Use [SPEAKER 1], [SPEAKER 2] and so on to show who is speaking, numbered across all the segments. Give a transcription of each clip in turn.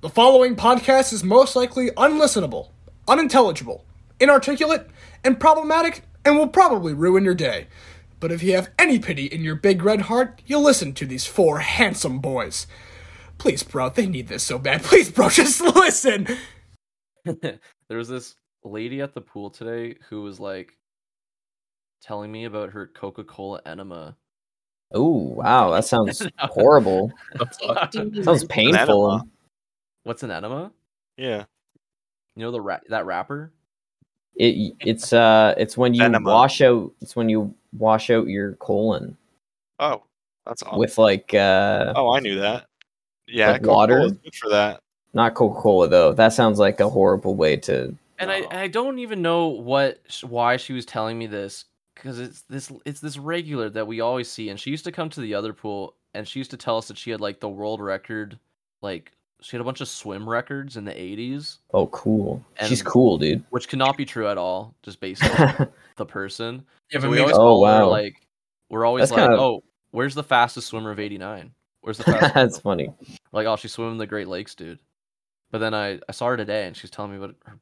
[SPEAKER 1] The following podcast is most likely unlistenable, unintelligible, inarticulate, and problematic, and will probably ruin your day. But if you have any pity in your big red heart, you'll listen to these four handsome boys. Please, bro, they need this so bad. Please, bro, just listen.
[SPEAKER 2] there was this lady at the pool today who was like telling me about her Coca-Cola enema.
[SPEAKER 3] Oh wow, that sounds horrible. sounds painful.
[SPEAKER 4] enema.
[SPEAKER 2] What's an enema?
[SPEAKER 4] Yeah.
[SPEAKER 2] You know the ra- that rapper?
[SPEAKER 3] It it's uh it's when you
[SPEAKER 4] Enema.
[SPEAKER 3] wash out it's when you wash out your colon
[SPEAKER 4] Oh, that's awesome.
[SPEAKER 3] with like uh
[SPEAKER 4] oh, I knew that. Yeah,
[SPEAKER 3] Like
[SPEAKER 4] Coca-Cola
[SPEAKER 3] water?
[SPEAKER 4] is good for that.
[SPEAKER 3] not Coca Cola though. That sounds like a horrible way to.
[SPEAKER 2] And I
[SPEAKER 4] No.
[SPEAKER 2] and I don't even know what sh- why she was telling me this cuz it's this it's this regular that we always see and she used to come to the other pool and she used to tell us that she had like the world record like she had a bunch of swim records in the 80s
[SPEAKER 3] Oh, cool. She's
[SPEAKER 2] And-
[SPEAKER 3] cool, dude.
[SPEAKER 2] which cannot be true at all just based on the person.
[SPEAKER 1] Yeah,
[SPEAKER 2] So we always
[SPEAKER 3] Oh,
[SPEAKER 2] call her,
[SPEAKER 3] wow.
[SPEAKER 2] like we're always
[SPEAKER 3] That's
[SPEAKER 2] like,
[SPEAKER 3] kinda-
[SPEAKER 2] oh, where's the fastest swimmer of '89? Where's the fastest?
[SPEAKER 3] That's
[SPEAKER 2] swimmer?"
[SPEAKER 3] funny.
[SPEAKER 2] like, oh, she's swimming the Great Lakes, dude. But then I, I saw her today, and she's telling me about her,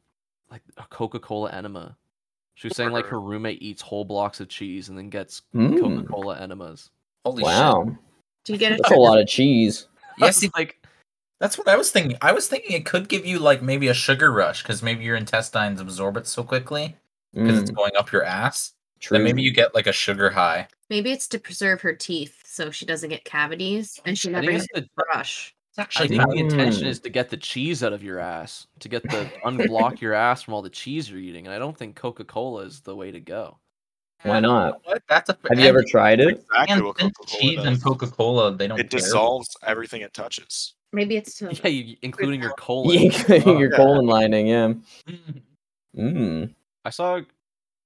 [SPEAKER 2] like a Coca-Cola enema. She was saying like her roommate eats whole blocks of cheese and then gets
[SPEAKER 3] Mm.
[SPEAKER 2] Coca-Cola enemas.
[SPEAKER 5] Holy
[SPEAKER 3] wow,
[SPEAKER 5] shit! Do you get it?
[SPEAKER 3] that's a lot of cheese.
[SPEAKER 2] I
[SPEAKER 5] Yes,
[SPEAKER 2] was like
[SPEAKER 5] that's what I was thinking. I was thinking it could give you like maybe a sugar rush because maybe your intestines absorb it so quickly because
[SPEAKER 3] Mm,
[SPEAKER 5] it's going up your ass.
[SPEAKER 3] true.
[SPEAKER 5] Then maybe you get like a sugar high.
[SPEAKER 6] Maybe it's to preserve her teeth so she doesn't get cavities and she
[SPEAKER 2] I
[SPEAKER 6] never
[SPEAKER 2] think,
[SPEAKER 6] gets
[SPEAKER 2] it's the,
[SPEAKER 6] a brush.
[SPEAKER 5] It's
[SPEAKER 2] I
[SPEAKER 5] actually
[SPEAKER 2] think the
[SPEAKER 5] not-
[SPEAKER 2] intention
[SPEAKER 3] Mm.
[SPEAKER 2] is to get the cheese out of your ass, to get the unblock your ass from all the cheese you're eating. And I don't think Coca-Cola is the way to go.
[SPEAKER 3] Why not?
[SPEAKER 5] What? That's a.
[SPEAKER 3] Have you ever tried it?
[SPEAKER 4] Exactly
[SPEAKER 5] And
[SPEAKER 4] what
[SPEAKER 5] since
[SPEAKER 4] Coca-Cola
[SPEAKER 5] cheese
[SPEAKER 4] does.
[SPEAKER 5] and Coca Cola, they don't.
[SPEAKER 4] it
[SPEAKER 5] care.
[SPEAKER 4] dissolves everything it touches.
[SPEAKER 6] Maybe it's to
[SPEAKER 2] Yeah, you, including your Oh, colon.
[SPEAKER 3] Including your
[SPEAKER 4] Oh, yeah.
[SPEAKER 3] colon lining, yeah.
[SPEAKER 5] Mm.
[SPEAKER 3] Mm.
[SPEAKER 2] I saw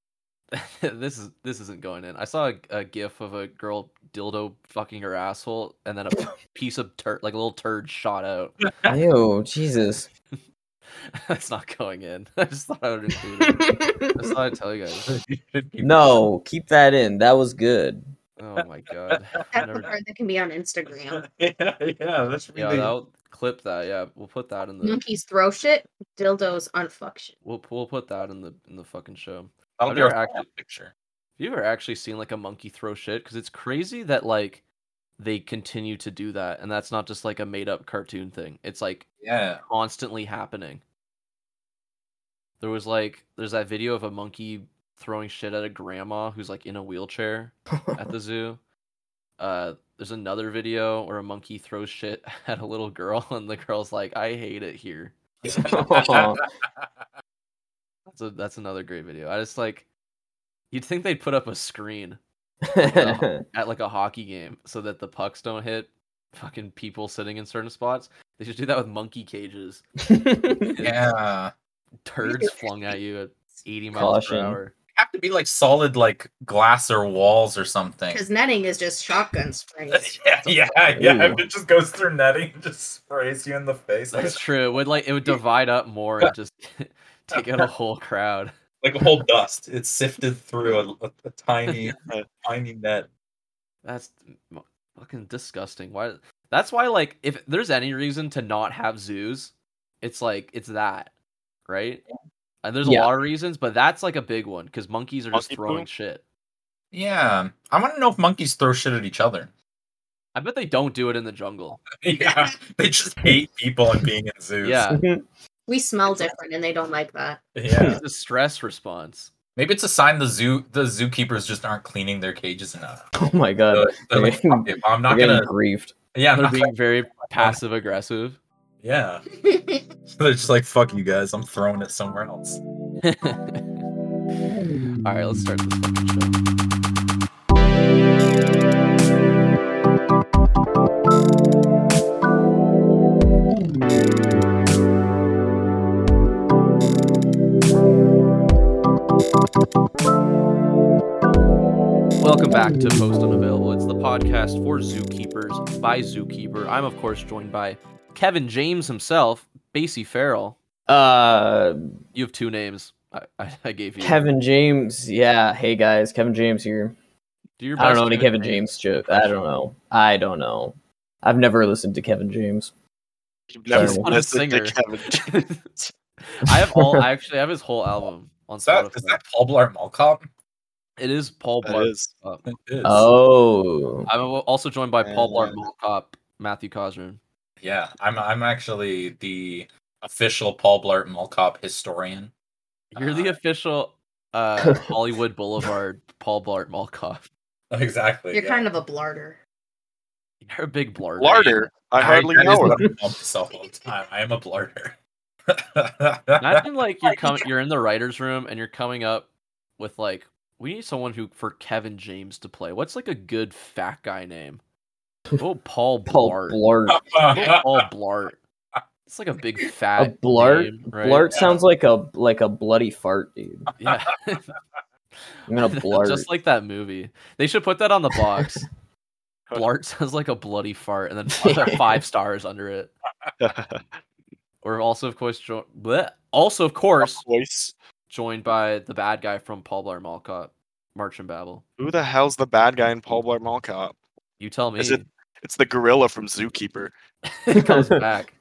[SPEAKER 2] this is this isn't going in. I saw a, a gif of a girl dildo fucking her asshole, and then a piece of turd, like a little turd, shot out.
[SPEAKER 3] Ew, Jesus.
[SPEAKER 2] That's not going in. I just thought I would include it. I just thought I'd tell you guys.
[SPEAKER 3] No, keep that in. That was good.
[SPEAKER 2] Oh my god. I
[SPEAKER 6] That's the
[SPEAKER 2] never-
[SPEAKER 6] part that can be on Instagram.
[SPEAKER 5] yeah, yeah, that's
[SPEAKER 2] yeah, I'll clip that. Yeah, we'll put that in the
[SPEAKER 6] Monkeys throw shit, dildos unfuck shit.
[SPEAKER 2] we'll we'll put that in the in the fucking show.
[SPEAKER 5] That'll
[SPEAKER 2] I've
[SPEAKER 5] be our
[SPEAKER 2] never
[SPEAKER 5] final
[SPEAKER 2] actu-
[SPEAKER 5] picture.
[SPEAKER 2] Have you ever actually seen like a monkey throw shit? Because it's crazy that like they continue to do that, and that's not just like a made up cartoon thing. It's like
[SPEAKER 5] Yeah.
[SPEAKER 2] constantly happening. There was like there's that video of a monkey throwing shit at a grandma who's like in a wheelchair at the zoo. Uh there's another video where a monkey throws shit at a little girl and the girl's like, I hate it here.
[SPEAKER 3] Aw.
[SPEAKER 2] That's a, that's another great video. I just like you'd think they'd put up a screen
[SPEAKER 3] Oh,
[SPEAKER 2] at like a hockey game so that the pucks don't hit fucking people sitting in certain spots. They should do that with monkey cages.
[SPEAKER 5] yeah.
[SPEAKER 2] Turds flung at you at 80 miles
[SPEAKER 3] Caution.
[SPEAKER 2] per hour.
[SPEAKER 5] Have to be like solid, like glass or walls or something.
[SPEAKER 6] Because netting is just shotgun springs.
[SPEAKER 5] yeah, yeah, yeah.
[SPEAKER 3] Ooh.
[SPEAKER 5] If it just goes through netting and just sprays you in the face, like,
[SPEAKER 2] That's true. It would like it would divide up more and just take out a whole crowd.
[SPEAKER 5] like a whole dust. It's sifted through a, a, a tiny,
[SPEAKER 4] Yeah.
[SPEAKER 5] a tiny net.
[SPEAKER 2] That's m- fucking disgusting. Why? That's why like if there's any reason to not have zoos, it's like it's that, right? And there's a
[SPEAKER 3] Yeah.
[SPEAKER 2] lot of reasons, but that's like a big one because monkeys are just
[SPEAKER 4] Monkey
[SPEAKER 2] throwing
[SPEAKER 4] poop?
[SPEAKER 2] shit.
[SPEAKER 5] Yeah, I want to know if monkeys throw shit at each other.
[SPEAKER 2] I bet they don't do it in the jungle.
[SPEAKER 5] yeah, they just hate people and being in zoos.
[SPEAKER 2] Yeah,
[SPEAKER 6] We smell different and they don't like that.
[SPEAKER 5] yeah.
[SPEAKER 2] it's a stress response.
[SPEAKER 5] Maybe it's a sign the zoo, the zookeepers just aren't cleaning their cages enough.
[SPEAKER 3] oh my god.
[SPEAKER 5] They're- they're like,
[SPEAKER 3] They're
[SPEAKER 5] "Fuck it, I'm not
[SPEAKER 3] getting
[SPEAKER 5] gonna.
[SPEAKER 3] griefed.
[SPEAKER 5] Yeah, I'm
[SPEAKER 2] They're
[SPEAKER 5] not gonna-
[SPEAKER 2] being very passive aggressive.
[SPEAKER 5] yeah. They're just like, fuck you guys. I'm throwing it somewhere else.
[SPEAKER 2] All right, let's start this fucking show. Welcome back to Post Unavailable. It's the podcast for zookeepers by Zookeeper. I'm, of course, joined by Kevin James himself, Basie Farrell.
[SPEAKER 3] Uh
[SPEAKER 2] You have two names. I, I, I gave you.
[SPEAKER 3] Kevin James. Yeah, hey guys, Kevin James here.
[SPEAKER 2] Do your
[SPEAKER 3] I don't
[SPEAKER 2] best
[SPEAKER 3] know any
[SPEAKER 2] Kevin
[SPEAKER 3] Kevin James joke. I don't know. I don't know. I've never listened to Kevin James.
[SPEAKER 4] You've never
[SPEAKER 3] Sorry,
[SPEAKER 2] He's not a
[SPEAKER 4] listened to
[SPEAKER 2] singer.
[SPEAKER 4] Kevin.
[SPEAKER 2] I have all. I actually have his whole album on
[SPEAKER 5] Is that,
[SPEAKER 2] Spotify.
[SPEAKER 5] is that Paul Blart Mall Cop?
[SPEAKER 2] It is Paul
[SPEAKER 4] That
[SPEAKER 2] Blart.
[SPEAKER 4] is-
[SPEAKER 2] Cop.
[SPEAKER 5] It is.
[SPEAKER 3] Oh,
[SPEAKER 2] I'm al- also joined by Paul Blart
[SPEAKER 4] And-
[SPEAKER 2] Mall Cop, Matthew Cosrin.
[SPEAKER 5] Yeah, I'm I'm actually the official Paul Blart Mall Cop historian.
[SPEAKER 2] You're the
[SPEAKER 5] Uh,
[SPEAKER 2] official uh, Hollywood Boulevard Paul Blart Mall Cop.
[SPEAKER 5] Exactly.
[SPEAKER 6] You're kind of a blarder.
[SPEAKER 2] You're a big blur.
[SPEAKER 4] Larder. I hardly
[SPEAKER 5] that is
[SPEAKER 4] know
[SPEAKER 5] what
[SPEAKER 4] him.
[SPEAKER 5] I call myself all the time. I am a blarter.
[SPEAKER 2] Imagine like you're coming, you're in the writers' room, and you're coming up with like, we need someone who for Kevin James to play. What's like a good fat guy name? Oh, Paul
[SPEAKER 3] Paul
[SPEAKER 2] Blart.
[SPEAKER 3] Blart.
[SPEAKER 2] Oh, Paul Blart. It's like a big fat
[SPEAKER 3] A blart.
[SPEAKER 2] name, right?
[SPEAKER 3] Blart sounds like a like a bloody fart, dude.
[SPEAKER 2] Yeah,
[SPEAKER 3] I'm gonna blart.
[SPEAKER 2] just like that movie. They should put that on the box.
[SPEAKER 4] Okay.
[SPEAKER 2] blart sounds like a bloody fart, and then put five stars under it. We're also, of course, jo- bleh. also of course
[SPEAKER 4] Voice.
[SPEAKER 2] joined by the bad guy from Paul Blart Mall Cop, March and Babel.
[SPEAKER 4] Who the hell's the bad guy in Paul Blart Mall Cop?
[SPEAKER 2] You tell me.
[SPEAKER 4] Is it- It's the gorilla from Zookeeper.
[SPEAKER 2] he comes back.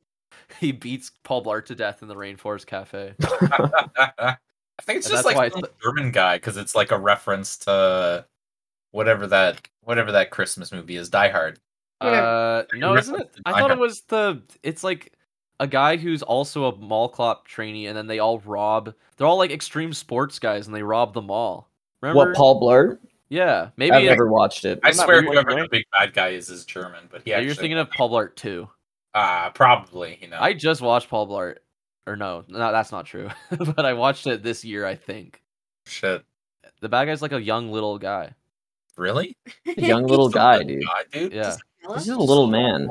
[SPEAKER 2] He beats Paul Blart to death in the Rainforest Cafe.
[SPEAKER 5] I think it's
[SPEAKER 2] And
[SPEAKER 5] just
[SPEAKER 2] that's why
[SPEAKER 5] like
[SPEAKER 2] it's
[SPEAKER 5] some
[SPEAKER 2] the-
[SPEAKER 5] German guy because it's like a reference to whatever that whatever that Christmas movie is, Die Hard.
[SPEAKER 6] Whatever.
[SPEAKER 2] Uh, no, isn't it? I
[SPEAKER 5] I
[SPEAKER 2] thought it
[SPEAKER 5] have-
[SPEAKER 2] was the. It's like a guy who's also a mall cop trainee, and then they all rob. They're all like extreme sports guys, and they rob the mall. Remember?
[SPEAKER 3] what Paul Blart?
[SPEAKER 2] Yeah, maybe.
[SPEAKER 3] I've
[SPEAKER 2] it-
[SPEAKER 3] never watched it.
[SPEAKER 5] I
[SPEAKER 4] Wasn't that
[SPEAKER 5] swear,
[SPEAKER 4] Blade
[SPEAKER 5] whoever
[SPEAKER 4] Runner?
[SPEAKER 5] the big bad guy is is German, but he
[SPEAKER 2] yeah,
[SPEAKER 5] actually
[SPEAKER 2] you're thinking of Paul Blart too.
[SPEAKER 5] uh, probably you know.
[SPEAKER 2] I just watched Paul Blart, or no, no, that's not true. but I watched it this year, I think.
[SPEAKER 5] shit
[SPEAKER 2] The bad guy's like a young little guy.
[SPEAKER 5] really
[SPEAKER 3] Young little guy, dude.
[SPEAKER 5] God, dude.
[SPEAKER 2] Yeah.
[SPEAKER 6] Hello?
[SPEAKER 3] He's just a little man.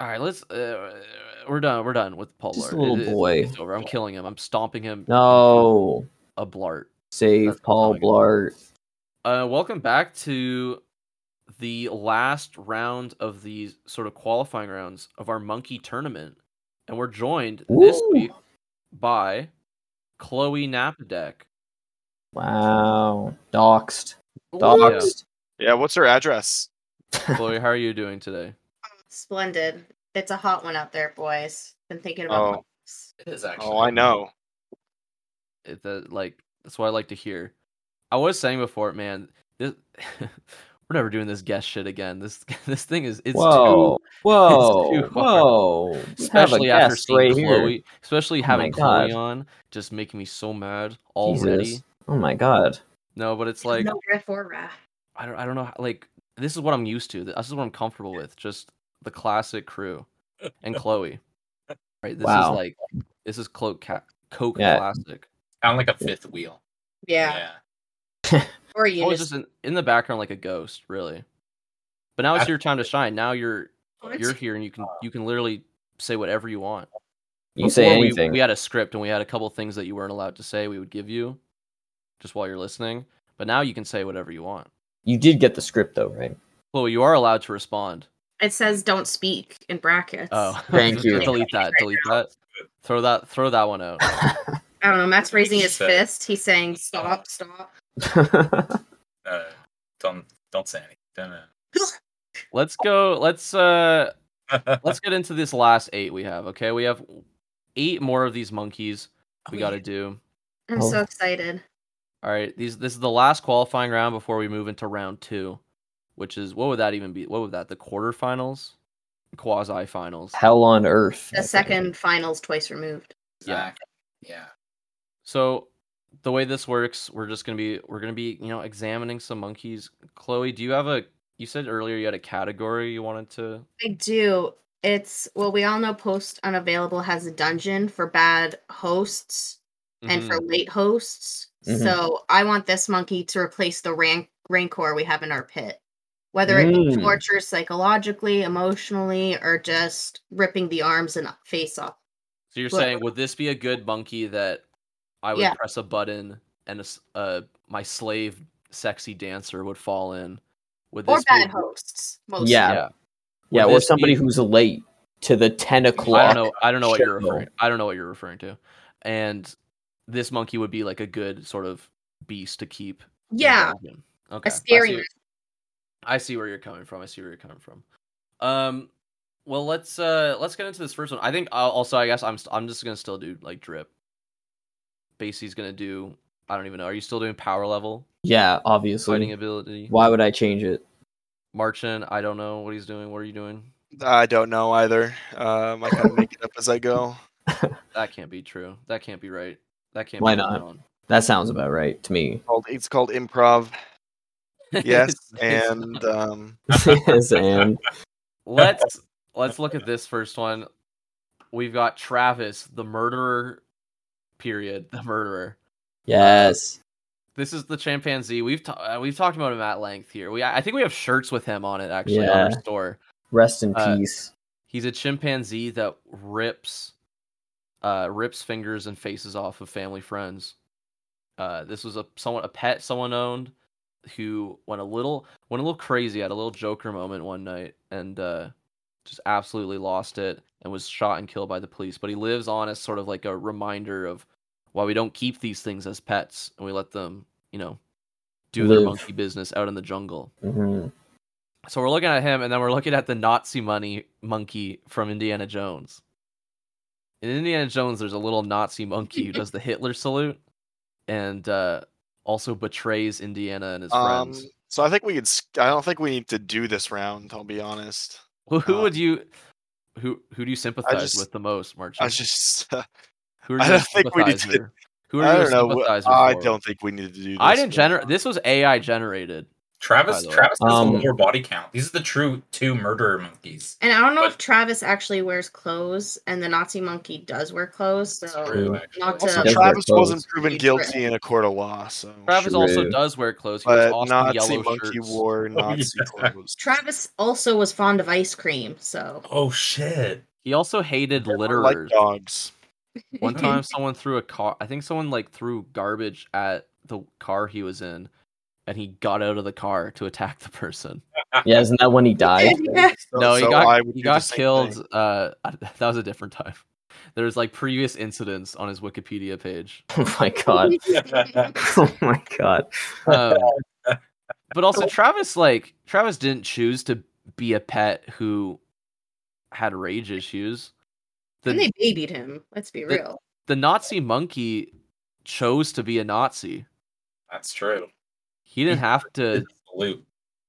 [SPEAKER 2] All right, let's. Uh, we're done. We're done with Paul.
[SPEAKER 3] Just a
[SPEAKER 2] Blart.
[SPEAKER 3] little
[SPEAKER 2] it's-
[SPEAKER 3] boy.
[SPEAKER 2] It's over. I'm killing him. I'm stomping him.
[SPEAKER 3] No,
[SPEAKER 2] A blart.
[SPEAKER 3] save Paul Blart.
[SPEAKER 2] Uh, welcome back to the last round of these sort of qualifying rounds of our monkey tournament, and we're joined this
[SPEAKER 3] Ooh.
[SPEAKER 2] week by Chloe Napadek.
[SPEAKER 3] Wow, doxed,
[SPEAKER 2] What?
[SPEAKER 3] doxed.
[SPEAKER 4] Yeah, what's her address?
[SPEAKER 2] Chloe, how are you doing today?
[SPEAKER 6] Splendid. It's a hot one out there, boys. Been thinking about
[SPEAKER 4] Oh.
[SPEAKER 6] this.
[SPEAKER 5] It is actually.
[SPEAKER 4] Oh, I know.
[SPEAKER 2] It, that, like that's what I like to hear. I was saying before, man, this, we're never doing this guest shit again. This this thing is it's too
[SPEAKER 3] Whoa, whoa,
[SPEAKER 2] it's too hard.
[SPEAKER 3] whoa! We have a
[SPEAKER 2] especially after
[SPEAKER 3] guest
[SPEAKER 2] seeing
[SPEAKER 3] right here.
[SPEAKER 2] Chloe, especially
[SPEAKER 3] Oh
[SPEAKER 2] having
[SPEAKER 3] my
[SPEAKER 2] Chloe
[SPEAKER 3] God.
[SPEAKER 2] on, just making me so mad already.
[SPEAKER 3] Jesus. Oh my god.
[SPEAKER 2] No, but it's like
[SPEAKER 6] no riff or raff.
[SPEAKER 2] I don't, I don't know, how- like this is what I'm used to. This is what I'm comfortable with. Just the classic crew and Chloe. Right, this
[SPEAKER 3] Wow.
[SPEAKER 2] is like this is Clo- Ca- Coke
[SPEAKER 3] Yeah.
[SPEAKER 2] classic.
[SPEAKER 5] Sound like a fifth wheel.
[SPEAKER 6] Yeah. Or you
[SPEAKER 2] Always just in, in the background like a ghost, really. But now it's
[SPEAKER 5] I-
[SPEAKER 2] your time to shine. Now you're
[SPEAKER 6] What?
[SPEAKER 2] you're here and you can you can literally say whatever you want.
[SPEAKER 3] You say
[SPEAKER 2] Before we-
[SPEAKER 3] anything.
[SPEAKER 2] We, had a script and we had a couple things that you weren't allowed to say. We would give you just while you're listening. But now you can say whatever you want.
[SPEAKER 3] You did get the script though, right?
[SPEAKER 2] Chloe, you are allowed to respond.
[SPEAKER 6] It says don't speak in brackets.
[SPEAKER 2] Oh,
[SPEAKER 3] Thank you.
[SPEAKER 2] delete that. Delete that. Throw that. Throw that one out.
[SPEAKER 6] I don't know. Matt's raising his
[SPEAKER 5] Shit.
[SPEAKER 6] fist. He's saying stop, stop.
[SPEAKER 5] No, no, no. Uh, don't don't say anything. No, no,
[SPEAKER 2] Let's go. Let's uh.
[SPEAKER 5] no.
[SPEAKER 2] Let's get into this last eight we have. Okay, we have eight more of these monkeys we got to do.
[SPEAKER 6] I'm
[SPEAKER 3] Oh.
[SPEAKER 6] so excited.
[SPEAKER 2] All right. These. This is the last qualifying round before we move into round two, which is what would that even be? What would that? The quarterfinals, quasi finals.
[SPEAKER 3] Hell on earth. I
[SPEAKER 6] The
[SPEAKER 3] think.
[SPEAKER 6] second finals twice removed.
[SPEAKER 2] Yeah.
[SPEAKER 5] Yeah.
[SPEAKER 2] So the way this works, we're just gonna be we're gonna be you know examining some monkeys. Chloe, do you have a? You said earlier you had a category you wanted to.
[SPEAKER 6] I do. It's well, we all know post unavailable has a dungeon for bad hosts
[SPEAKER 2] mm-hmm.
[SPEAKER 6] and for late hosts.
[SPEAKER 3] Mhm.
[SPEAKER 6] So I want this monkey to replace the rank rancor we have in our pit. Whether it be
[SPEAKER 3] Mm.
[SPEAKER 6] torture psychologically, emotionally, or just ripping the arms and face off.
[SPEAKER 2] So you're
[SPEAKER 6] Well-
[SPEAKER 2] saying would this be a good monkey that I would
[SPEAKER 6] Yeah.
[SPEAKER 2] press a button and a s uh, my slave sexy dancer would fall in? Would
[SPEAKER 6] Or
[SPEAKER 2] this
[SPEAKER 6] bad
[SPEAKER 2] be?
[SPEAKER 6] hosts. Mostly.
[SPEAKER 3] Yeah.
[SPEAKER 2] Yeah.
[SPEAKER 3] Yeah,
[SPEAKER 2] Would
[SPEAKER 3] or
[SPEAKER 2] this
[SPEAKER 3] somebody
[SPEAKER 2] be-
[SPEAKER 3] who's late to the ten o'clock.
[SPEAKER 2] I don't know. I don't know what you're
[SPEAKER 3] Shit, no.
[SPEAKER 2] referring. I don't know what you're referring to. And this monkey would be like a good sort of beast to keep. in the
[SPEAKER 6] Yeah.
[SPEAKER 2] dungeon. Okay.
[SPEAKER 6] A
[SPEAKER 2] I see-
[SPEAKER 6] scary
[SPEAKER 2] I see where you're coming from. I see where you're coming from. Um, Well, let's uh let's get into this first one. I think I'll, also I guess I'm st- I'm just gonna still do like drip. Basie's gonna do I don't even know. Are you still doing power level,
[SPEAKER 3] Yeah, obviously.
[SPEAKER 2] fighting ability,
[SPEAKER 3] Why would I change it?
[SPEAKER 2] Marchant? I don't know what he's doing. What are you doing?
[SPEAKER 4] I don't know either. Um, I kind of make it up as I go.
[SPEAKER 2] That can't be true. That can't be right. That can't.
[SPEAKER 3] Why
[SPEAKER 2] be going
[SPEAKER 3] not?
[SPEAKER 2] on.
[SPEAKER 3] That sounds about right to me.
[SPEAKER 4] Called- It's called improv. Yes,
[SPEAKER 2] It's- it's
[SPEAKER 4] and
[SPEAKER 2] not.
[SPEAKER 4] um,
[SPEAKER 3] yes, and
[SPEAKER 2] let's let's look at this first one. We've got Travis, the murderer. Period. The murderer.
[SPEAKER 3] yes,
[SPEAKER 2] This is the chimpanzee. We've ta- uh, we've talked about him at length here. We I I think we have shirts with him on it actually on our
[SPEAKER 3] Yeah.
[SPEAKER 2] store.
[SPEAKER 3] rest in
[SPEAKER 2] Uh,
[SPEAKER 3] peace.
[SPEAKER 2] He's a chimpanzee that rips uh rips fingers and faces off of family friends. Uh this was a someone a pet someone owned who went a little went a little crazy had a little joker moment one night and uh just absolutely lost it and was shot and killed by the police. But he lives on as sort of like a reminder of why we don't keep these things as pets and we let them, you know, do their
[SPEAKER 3] Live.
[SPEAKER 2] monkey business out in the jungle.
[SPEAKER 3] hmm
[SPEAKER 2] So we're looking at him, and then we're looking at the Nazi money monkey from Indiana Jones. In Indiana Jones, there's a little Nazi monkey who does the Hitler salute, and uh, also betrays Indiana and his
[SPEAKER 4] um,
[SPEAKER 2] friends.
[SPEAKER 4] so I think we could. s- I don't think we need to do this round. I'll be honest.
[SPEAKER 2] Who, who
[SPEAKER 4] uh,
[SPEAKER 2] would you, who who do you sympathize
[SPEAKER 4] just-
[SPEAKER 2] with the most, Marchant?
[SPEAKER 4] I just.
[SPEAKER 2] who are
[SPEAKER 4] I
[SPEAKER 2] your
[SPEAKER 4] don't think we need to-
[SPEAKER 2] sympathizer? Who are
[SPEAKER 4] I
[SPEAKER 2] your
[SPEAKER 4] don't know. wh-
[SPEAKER 2] sympathizer
[SPEAKER 4] I
[SPEAKER 2] for?
[SPEAKER 4] don't think we need to do. This
[SPEAKER 2] I didn't
[SPEAKER 4] one.
[SPEAKER 2] generate. This was AI generated. By
[SPEAKER 5] Travis,
[SPEAKER 2] the way.
[SPEAKER 5] Travis has a
[SPEAKER 3] Um,
[SPEAKER 5] lower body count. These are the true two murderer monkeys.
[SPEAKER 6] And I don't know if
[SPEAKER 5] But-
[SPEAKER 6] Travis actually wears clothes, and the Nazi monkey does wear clothes. So
[SPEAKER 5] True,
[SPEAKER 3] True.
[SPEAKER 5] actually.
[SPEAKER 6] not
[SPEAKER 4] Also,
[SPEAKER 6] to
[SPEAKER 3] Does wear
[SPEAKER 4] Travis
[SPEAKER 3] clothes.
[SPEAKER 4] wasn't proven
[SPEAKER 6] He's
[SPEAKER 4] guilty in a court of law, so.
[SPEAKER 2] Travis also
[SPEAKER 3] True.
[SPEAKER 2] does wear clothes. He was
[SPEAKER 4] But
[SPEAKER 2] also
[SPEAKER 4] Nazi
[SPEAKER 2] yellow
[SPEAKER 4] monkey
[SPEAKER 2] shirts.
[SPEAKER 4] wore Nazi
[SPEAKER 5] yeah.
[SPEAKER 4] clothes.
[SPEAKER 6] Travis also was fond of ice cream, so
[SPEAKER 5] Oh shit!
[SPEAKER 2] He also hated
[SPEAKER 4] They were
[SPEAKER 2] litterers.
[SPEAKER 4] like dogs.
[SPEAKER 2] One time, someone threw a car. I think someone like threw garbage at the car he was in, and he got out of the car to attack the person.
[SPEAKER 3] Yeah, isn't that when he died?
[SPEAKER 6] Yeah.
[SPEAKER 4] So-
[SPEAKER 2] no, he
[SPEAKER 4] Oh, so I
[SPEAKER 2] got
[SPEAKER 4] would
[SPEAKER 2] he
[SPEAKER 4] do the
[SPEAKER 2] got
[SPEAKER 4] same thing.
[SPEAKER 2] killed. Uh, that was a different time. There was like previous incidents on his Wikipedia page.
[SPEAKER 3] Oh my god! Oh my god!
[SPEAKER 2] Um, but also, Travis like Travis didn't choose to be a pet who had rage issues.
[SPEAKER 6] and
[SPEAKER 2] The
[SPEAKER 6] they babied him. Let's be
[SPEAKER 2] the-
[SPEAKER 6] real.
[SPEAKER 2] the Nazi monkey chose to be a Nazi.
[SPEAKER 5] That's true.
[SPEAKER 2] He didn't have to
[SPEAKER 5] Salute.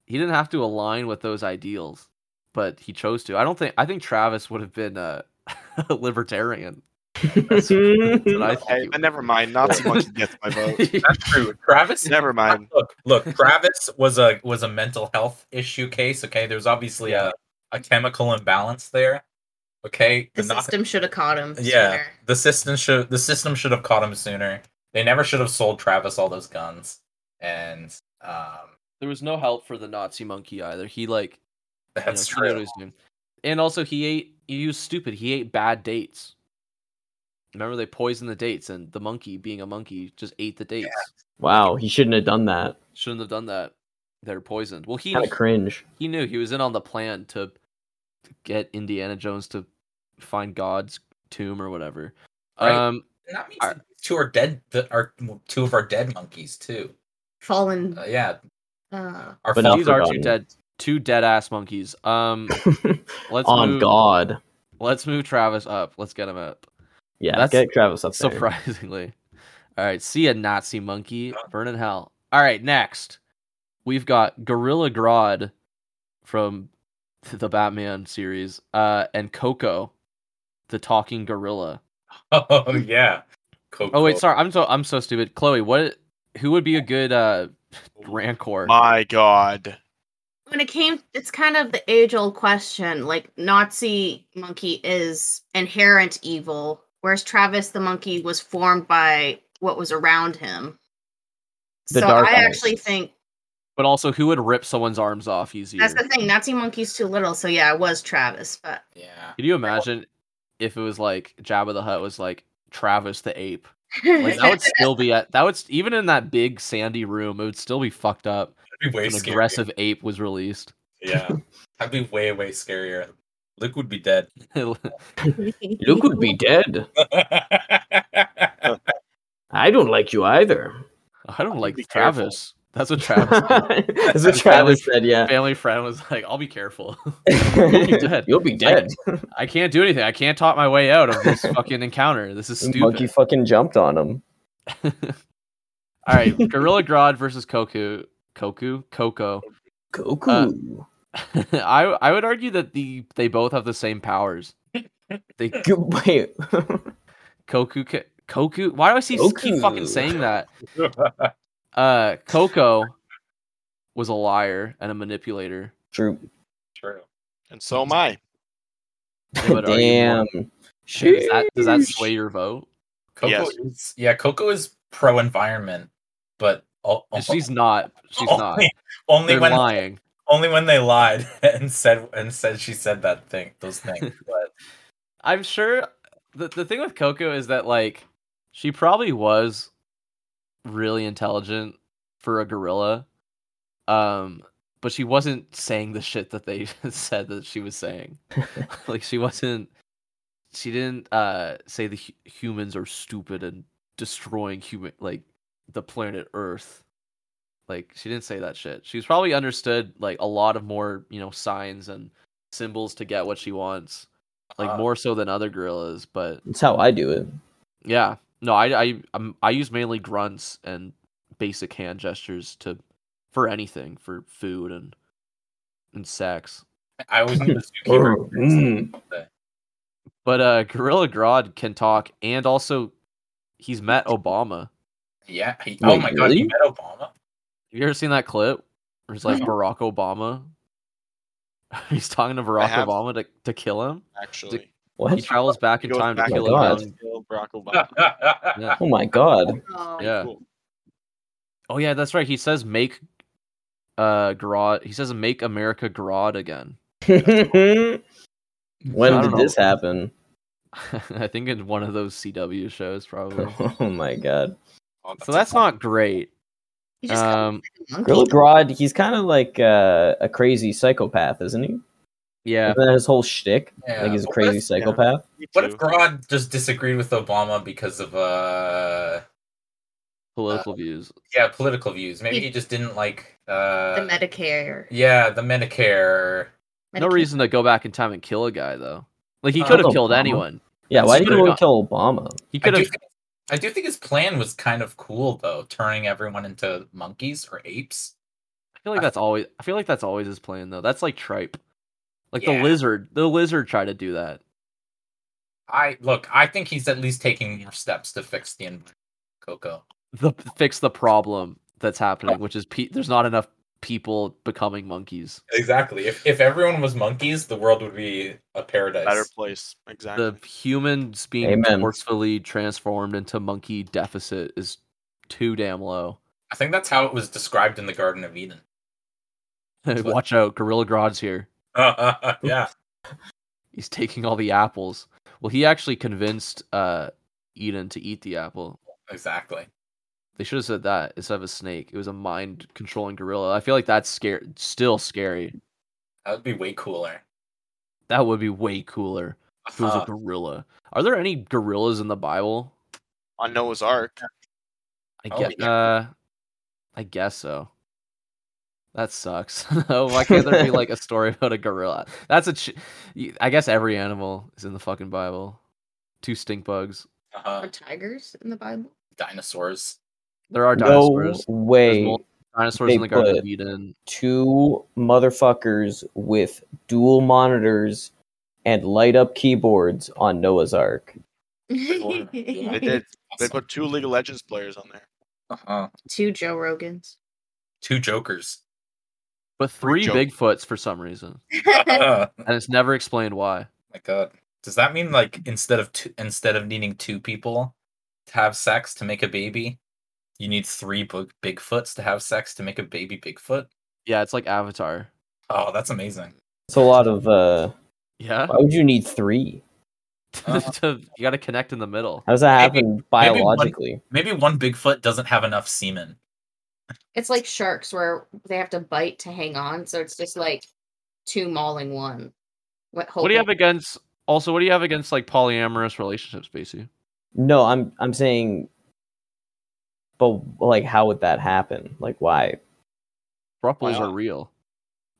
[SPEAKER 2] he didn't have to align with those ideals, but he chose to. I don't think I think Travis would have been a, a libertarian. That's what I think
[SPEAKER 4] Hey,
[SPEAKER 2] he
[SPEAKER 4] but
[SPEAKER 2] would
[SPEAKER 4] never
[SPEAKER 2] be.
[SPEAKER 4] mind. Nazi monkey gets my vote.
[SPEAKER 5] That's true. Travis.
[SPEAKER 4] Never mind.
[SPEAKER 5] Look, look. Travis was a was a mental health issue case. Okay, there's obviously a a chemical imbalance there. Okay,
[SPEAKER 6] The
[SPEAKER 5] Nazi-
[SPEAKER 6] system should have caught him.
[SPEAKER 5] Yeah,
[SPEAKER 6] sooner.
[SPEAKER 5] the system should the system should have caught him sooner. They never should have sold Travis all those guns. And um,
[SPEAKER 2] There was no help for the Nazi monkey either. He like you know,
[SPEAKER 5] that's
[SPEAKER 2] he knew what he
[SPEAKER 5] true.
[SPEAKER 2] was doing. And also he ate he was stupid. He ate bad dates. Remember they poisoned the dates and the monkey being a monkey just ate the dates.
[SPEAKER 3] Wow, he shouldn't have done that.
[SPEAKER 2] Shouldn't have done that. They're poisoned. Well he
[SPEAKER 3] Kind of cringe.
[SPEAKER 2] he knew he was in on the plan to get Indiana Jones to find God's tomb or whatever.
[SPEAKER 5] Right.
[SPEAKER 2] Um,
[SPEAKER 5] And that means
[SPEAKER 2] Are-
[SPEAKER 5] that these two are dead. The, are two of our dead monkeys too?
[SPEAKER 6] Fallen.
[SPEAKER 5] Uh, yeah,
[SPEAKER 6] Uh,
[SPEAKER 5] our
[SPEAKER 3] But
[SPEAKER 5] fall-
[SPEAKER 3] now
[SPEAKER 2] these are two
[SPEAKER 3] forgotten.
[SPEAKER 2] dead, two dead ass monkeys. Um, let's
[SPEAKER 3] on
[SPEAKER 2] move,
[SPEAKER 3] God.
[SPEAKER 2] Let's move Travis up. Let's get him up.
[SPEAKER 3] Yeah,
[SPEAKER 2] That's
[SPEAKER 3] get Travis up there.
[SPEAKER 2] Surprisingly, all right. See a Nazi monkey, burn in hell. All right, next we've got Gorilla Grodd from the Batman series, uh, and Coco, the talking gorilla.
[SPEAKER 5] Oh yeah. Cool,
[SPEAKER 2] Oh wait,
[SPEAKER 5] cool.
[SPEAKER 2] sorry. I'm so I'm so stupid. Chloe, what? Who would be a good uh rancor?
[SPEAKER 4] My God.
[SPEAKER 6] when it came, it's kind of the age old question. Like Nazi monkey is inherent evil, whereas Travis the monkey was formed by what was around him.
[SPEAKER 3] The
[SPEAKER 6] so
[SPEAKER 3] dark
[SPEAKER 6] I
[SPEAKER 3] arts.
[SPEAKER 6] actually think
[SPEAKER 2] But also, who would rip someone's arms off easier?
[SPEAKER 6] that's the thing. Nazi monkey's too little. So yeah, it was Travis, but
[SPEAKER 5] Yeah.
[SPEAKER 2] Could you imagine if it was like Jabba the Hutt was like Travis the ape? Like that would still be at that would s- even in that big sandy room, it would still be fucked up.
[SPEAKER 5] That'd be way
[SPEAKER 2] If an
[SPEAKER 5] scarier.
[SPEAKER 2] aggressive ape was released.
[SPEAKER 5] Yeah. That'd be way way scarier. Luke would be dead.
[SPEAKER 3] Luke would be dead.
[SPEAKER 5] yeah.
[SPEAKER 3] I don't like you either.
[SPEAKER 2] I don't like
[SPEAKER 4] be careful.
[SPEAKER 2] Travis. That's what Travis. did.
[SPEAKER 3] That's what Travis said. Yeah,
[SPEAKER 2] Family friend was like, "I'll be careful. You'll be dead.
[SPEAKER 3] You'll be dead.
[SPEAKER 2] I can't do anything. I can't talk my way out of this fucking encounter. This is
[SPEAKER 3] The Monkey
[SPEAKER 2] stupid."
[SPEAKER 3] fucking jumped on him.
[SPEAKER 2] All right, Gorilla Grodd versus Koku. Koku, Coco.
[SPEAKER 3] Goku.
[SPEAKER 2] Uh, I I would argue that the they both have the same powers. They
[SPEAKER 3] Go- wait.
[SPEAKER 2] Koku ca- Koku. Why do I see keep fucking
[SPEAKER 3] Koku.
[SPEAKER 2] saying that? Uh, Coco was a liar and a manipulator.
[SPEAKER 3] True.
[SPEAKER 5] True.
[SPEAKER 4] And so am I.
[SPEAKER 2] I would argue
[SPEAKER 3] Damn.
[SPEAKER 2] more. Does that, does that sway your vote?
[SPEAKER 5] Coco
[SPEAKER 4] Yes.
[SPEAKER 5] is yeah, Coco is pro environment, but al-
[SPEAKER 2] And She's not. She's
[SPEAKER 3] Oh,
[SPEAKER 2] not.
[SPEAKER 5] only, only
[SPEAKER 2] They're
[SPEAKER 5] when
[SPEAKER 2] lying.
[SPEAKER 5] only when they lied and said and said she said that thing those things. But
[SPEAKER 2] I'm sure the the thing with Coco is that like she probably was really intelligent for a gorilla. Um but she wasn't saying the shit that they said that she was saying. like she wasn't she didn't uh say the hu- humans are stupid and destroying human like the planet Earth. Like she didn't say that shit. She's probably understood like a lot of more, you know, signs and symbols to get what she wants like
[SPEAKER 5] uh,
[SPEAKER 2] more so than other gorillas. But
[SPEAKER 3] That's how I do it.
[SPEAKER 2] yeah, no, I I i I use mainly grunts and basic hand gestures to for anything for food and and sex.
[SPEAKER 5] I always knew the
[SPEAKER 3] Oh, mm.
[SPEAKER 5] zookeeper.
[SPEAKER 2] But uh, Gorilla Grodd can talk, and also he's met Obama.
[SPEAKER 5] yeah. He, oh
[SPEAKER 3] Wait,
[SPEAKER 5] my god,
[SPEAKER 3] really?
[SPEAKER 5] you met Obama.
[SPEAKER 2] Have you ever seen that clip? Where it's like
[SPEAKER 5] No.
[SPEAKER 2] Barack Obama. he's talking to Barack
[SPEAKER 4] have.
[SPEAKER 2] Obama to, to kill him.
[SPEAKER 4] Actually,
[SPEAKER 2] He
[SPEAKER 3] What?
[SPEAKER 2] travels back in
[SPEAKER 4] He goes
[SPEAKER 2] time
[SPEAKER 4] back
[SPEAKER 2] to
[SPEAKER 4] in
[SPEAKER 2] kill
[SPEAKER 3] time.
[SPEAKER 2] a
[SPEAKER 3] God.
[SPEAKER 2] young.
[SPEAKER 4] Bill Barack Obama.
[SPEAKER 5] yeah.
[SPEAKER 2] Yeah.
[SPEAKER 3] Oh my god.
[SPEAKER 6] Oh.
[SPEAKER 2] Yeah.
[SPEAKER 4] Cool.
[SPEAKER 2] Oh yeah, that's right. He says make uh Grodd. He says make America Grodd again.
[SPEAKER 3] when
[SPEAKER 2] I
[SPEAKER 3] did
[SPEAKER 2] don't
[SPEAKER 3] this happen?
[SPEAKER 2] I think in one of those CW shows probably.
[SPEAKER 3] Oh my god.
[SPEAKER 2] so that's not great.
[SPEAKER 6] You just call
[SPEAKER 2] Um
[SPEAKER 6] him a
[SPEAKER 3] Gorilla
[SPEAKER 6] monkey.
[SPEAKER 3] Grodd, he's kind of like uh, a crazy psychopath, isn't he?
[SPEAKER 2] yeah.
[SPEAKER 3] Isn't that his whole shtick?
[SPEAKER 5] Yeah.
[SPEAKER 3] Like he's a
[SPEAKER 5] What
[SPEAKER 3] crazy
[SPEAKER 5] if-
[SPEAKER 3] psychopath?
[SPEAKER 4] Me
[SPEAKER 5] What if
[SPEAKER 4] too.
[SPEAKER 5] Grodd just disagreed with Obama because of uh
[SPEAKER 2] Political views.
[SPEAKER 5] yeah political views? Maybe he just didn't like uh
[SPEAKER 6] the Medicare.
[SPEAKER 5] yeah the Medicare.
[SPEAKER 2] No
[SPEAKER 6] Medicare.
[SPEAKER 2] reason to go back in time and kill a guy though. Like he
[SPEAKER 5] Uh,
[SPEAKER 2] could have
[SPEAKER 3] Obama.
[SPEAKER 2] killed anyone.
[SPEAKER 3] Yeah,
[SPEAKER 2] He
[SPEAKER 3] why did
[SPEAKER 2] could've
[SPEAKER 3] he
[SPEAKER 2] got-
[SPEAKER 3] want to kill Obama?
[SPEAKER 2] He
[SPEAKER 5] I
[SPEAKER 2] could
[SPEAKER 5] do,
[SPEAKER 2] have
[SPEAKER 5] think, I do think his plan was kind of cool though, turning everyone into monkeys or apes.
[SPEAKER 2] I feel like that's always I feel like that's always his plan though. That's like tripe. Like
[SPEAKER 5] Yeah.
[SPEAKER 2] the lizard. The lizard tried to do that.
[SPEAKER 5] I look, I think he's at least taking more steps to fix the environment. Coco.
[SPEAKER 2] The fix the problem that's
[SPEAKER 3] Oh.
[SPEAKER 2] happening, which is pe- there's not enough people becoming monkeys.
[SPEAKER 5] Exactly. If if everyone was monkeys, the world would be a paradise.
[SPEAKER 4] Better place. Exactly.
[SPEAKER 2] the humans being
[SPEAKER 3] Amen.
[SPEAKER 2] forcefully transformed into monkey deficit is too damn low.
[SPEAKER 5] I think that's how it was described in the Garden of Eden. what-
[SPEAKER 2] Watch out, Gorilla Grodd's here.
[SPEAKER 5] yeah.
[SPEAKER 2] He's taking all the apples. Well, he actually convinced uh, Eden to eat the apple.
[SPEAKER 5] Exactly.
[SPEAKER 2] They should have said that instead of a snake. It was a mind controlling gorilla. I feel like that's scary. Still scary.
[SPEAKER 5] That would be way cooler.
[SPEAKER 2] That would be way cooler if it was a
[SPEAKER 5] Uh,
[SPEAKER 2] gorilla. Are there any gorillas in the Bible?
[SPEAKER 4] On Noah's Ark.
[SPEAKER 2] I
[SPEAKER 5] Oh,
[SPEAKER 2] guess.
[SPEAKER 5] yeah.
[SPEAKER 2] Uh, I guess so. That sucks. no, why can't there be like a story about a gorilla? That's a. Ch- y- I guess every animal is in the fucking Bible. Two stink bugs.
[SPEAKER 5] uh,
[SPEAKER 6] Are tigers in the Bible?
[SPEAKER 5] dinosaurs.
[SPEAKER 2] There are
[SPEAKER 3] No
[SPEAKER 2] dinosaurs.
[SPEAKER 3] way.
[SPEAKER 2] There's mul- dinosaurs in
[SPEAKER 3] they
[SPEAKER 2] the Garden
[SPEAKER 3] put-
[SPEAKER 2] of Eden.
[SPEAKER 3] Two motherfuckers with dual monitors and light up keyboards on Noah's Ark.
[SPEAKER 4] were. They did. They put two League of Legends players on there.
[SPEAKER 5] Uh-huh.
[SPEAKER 6] Two Joe Rogans.
[SPEAKER 5] Two jokers.
[SPEAKER 2] But three
[SPEAKER 4] joke.
[SPEAKER 2] Bigfoots for some reason,
[SPEAKER 5] my
[SPEAKER 2] and it's never explained why.
[SPEAKER 5] Oh God. Does that mean like instead of two, instead of needing two people to have sex to make a baby, you need three big Bigfoots to have sex to make a baby Bigfoot?
[SPEAKER 2] Yeah, it's like Avatar.
[SPEAKER 5] Oh, that's amazing.
[SPEAKER 3] It's a lot of. uh
[SPEAKER 2] Yeah,
[SPEAKER 3] Why would you need three?
[SPEAKER 2] To- you got to connect in the middle.
[SPEAKER 3] How does that
[SPEAKER 5] Maybe-
[SPEAKER 3] happen
[SPEAKER 5] one-
[SPEAKER 3] biologically?
[SPEAKER 5] Maybe one Bigfoot doesn't have enough semen.
[SPEAKER 6] It's like sharks where they have to bite to hang on, so it's just like two mauling one. What,
[SPEAKER 2] What do you have
[SPEAKER 6] holding-
[SPEAKER 2] against? Also, what do you have against like polyamorous relationships, Basie?
[SPEAKER 3] No, I'm I'm saying But like, how would that happen? Like, why?
[SPEAKER 2] Thruples
[SPEAKER 4] Wow.
[SPEAKER 2] are real.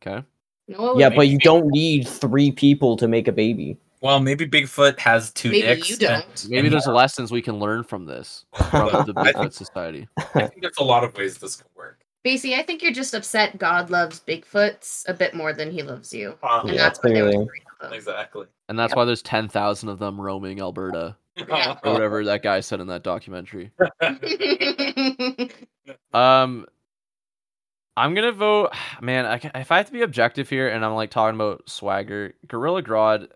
[SPEAKER 2] Okay.
[SPEAKER 6] No,
[SPEAKER 3] Yeah,
[SPEAKER 6] like,
[SPEAKER 3] but you don't need three people to make a baby.
[SPEAKER 5] Well, maybe Bigfoot has two
[SPEAKER 6] maybe
[SPEAKER 5] dicks.
[SPEAKER 6] you
[SPEAKER 5] and-
[SPEAKER 6] don't.
[SPEAKER 2] Maybe
[SPEAKER 5] And-
[SPEAKER 2] there's lessons we can learn from this from the
[SPEAKER 5] I think-
[SPEAKER 2] Bigfoot Society.
[SPEAKER 5] I think there's a lot of ways this could work.
[SPEAKER 6] BC, I think you're just upset God loves Bigfoots a bit more than he loves you.
[SPEAKER 5] Um,
[SPEAKER 6] And
[SPEAKER 3] Yeah,
[SPEAKER 6] that's why there was
[SPEAKER 3] clearly.
[SPEAKER 6] three of them.
[SPEAKER 5] Exactly.
[SPEAKER 2] And that's why there's 10,000 of them roaming Alberta
[SPEAKER 6] Yeah.
[SPEAKER 2] or whatever that guy said in that documentary. Um, I'm gonna vote, man. I, ca- if I have to be objective here, and I'm like talking about swagger, Gorilla Grodd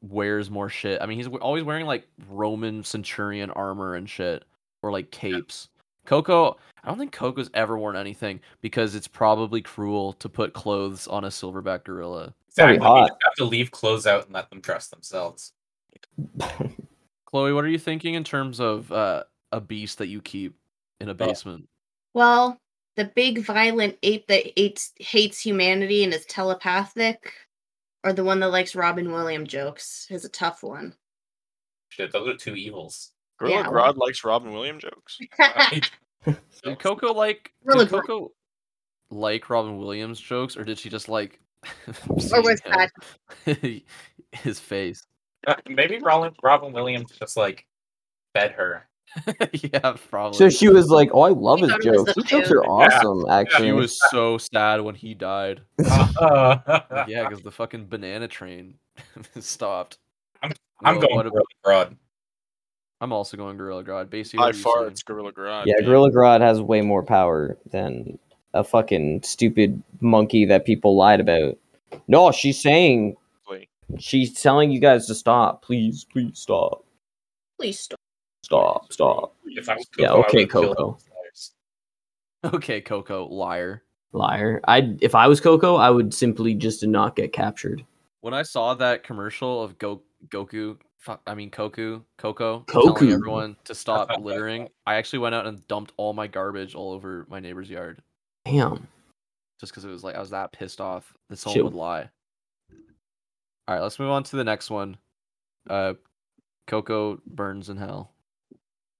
[SPEAKER 2] wears more shit. I mean, he's w- always wearing like Roman centurion armor and shit, or like capes. Coco, I don't think Coco's ever worn anything because it's probably cruel to put clothes on a silverback gorilla.
[SPEAKER 3] That'd be
[SPEAKER 5] Exactly. You
[SPEAKER 3] hot.
[SPEAKER 5] just have to leave clothes out and let them dress themselves.
[SPEAKER 2] Chloe, what are you thinking in terms of uh, a beast that you keep in a
[SPEAKER 5] Oh.
[SPEAKER 2] basement?
[SPEAKER 6] well, the big violent ape that hates, hates humanity and is telepathic, or the one that likes Robin Williams jokes, is a tough one.
[SPEAKER 5] Shit, those are two evils.
[SPEAKER 4] Gorilla
[SPEAKER 6] Yeah.
[SPEAKER 4] Grodd likes Robin Williams jokes.
[SPEAKER 2] Did Coco like?
[SPEAKER 6] Gorilla
[SPEAKER 2] Did
[SPEAKER 6] Grodd.
[SPEAKER 2] Coco like Robin Williams jokes, or did she just like?
[SPEAKER 6] or was that
[SPEAKER 2] that his face?
[SPEAKER 5] uh, Maybe Robin, Robin Williams just like fed her.
[SPEAKER 2] yeah, probably.
[SPEAKER 3] So she was like, "Oh, I love
[SPEAKER 6] We
[SPEAKER 3] his
[SPEAKER 6] thought it was
[SPEAKER 3] jokes.
[SPEAKER 6] the
[SPEAKER 3] His jokes are
[SPEAKER 5] food.
[SPEAKER 3] awesome,
[SPEAKER 2] She
[SPEAKER 3] actually."
[SPEAKER 2] was so sad when he died.
[SPEAKER 5] Uh,
[SPEAKER 2] Yeah, because the fucking banana train stopped.
[SPEAKER 5] I'm
[SPEAKER 2] Whoa,
[SPEAKER 5] going
[SPEAKER 2] what a-
[SPEAKER 5] really broad.
[SPEAKER 2] I'm also going Gorilla God. Basically,
[SPEAKER 4] By
[SPEAKER 2] what are you
[SPEAKER 4] far,
[SPEAKER 2] saying?
[SPEAKER 4] it's Gorilla Grodd.
[SPEAKER 3] yeah,
[SPEAKER 4] man.
[SPEAKER 3] Gorilla Grodd has way more power than a fucking stupid monkey that people lied about. No, she's saying
[SPEAKER 4] Like,
[SPEAKER 3] she's telling you guys to stop. Please, please stop,
[SPEAKER 6] please stop.
[SPEAKER 3] stop, stop.
[SPEAKER 5] If I was Coco,
[SPEAKER 3] Yeah,
[SPEAKER 5] I
[SPEAKER 3] okay,
[SPEAKER 5] would've killed
[SPEAKER 3] Coco.
[SPEAKER 5] those
[SPEAKER 2] okay, Coco, liar.
[SPEAKER 3] Liar. I if I was Coco, I would simply just not get captured.
[SPEAKER 2] When I saw that commercial of Go- Goku, fuck, I mean Koku, Coco, telling
[SPEAKER 3] Koku.
[SPEAKER 2] everyone to stop littering, I actually went out and dumped all my garbage all over my neighbor's yard.
[SPEAKER 3] Damn.
[SPEAKER 2] just because it was like I was that pissed off that someone
[SPEAKER 3] Chill.
[SPEAKER 2] would lie. All right, let's move on to the next one. Uh, Coco burns in hell,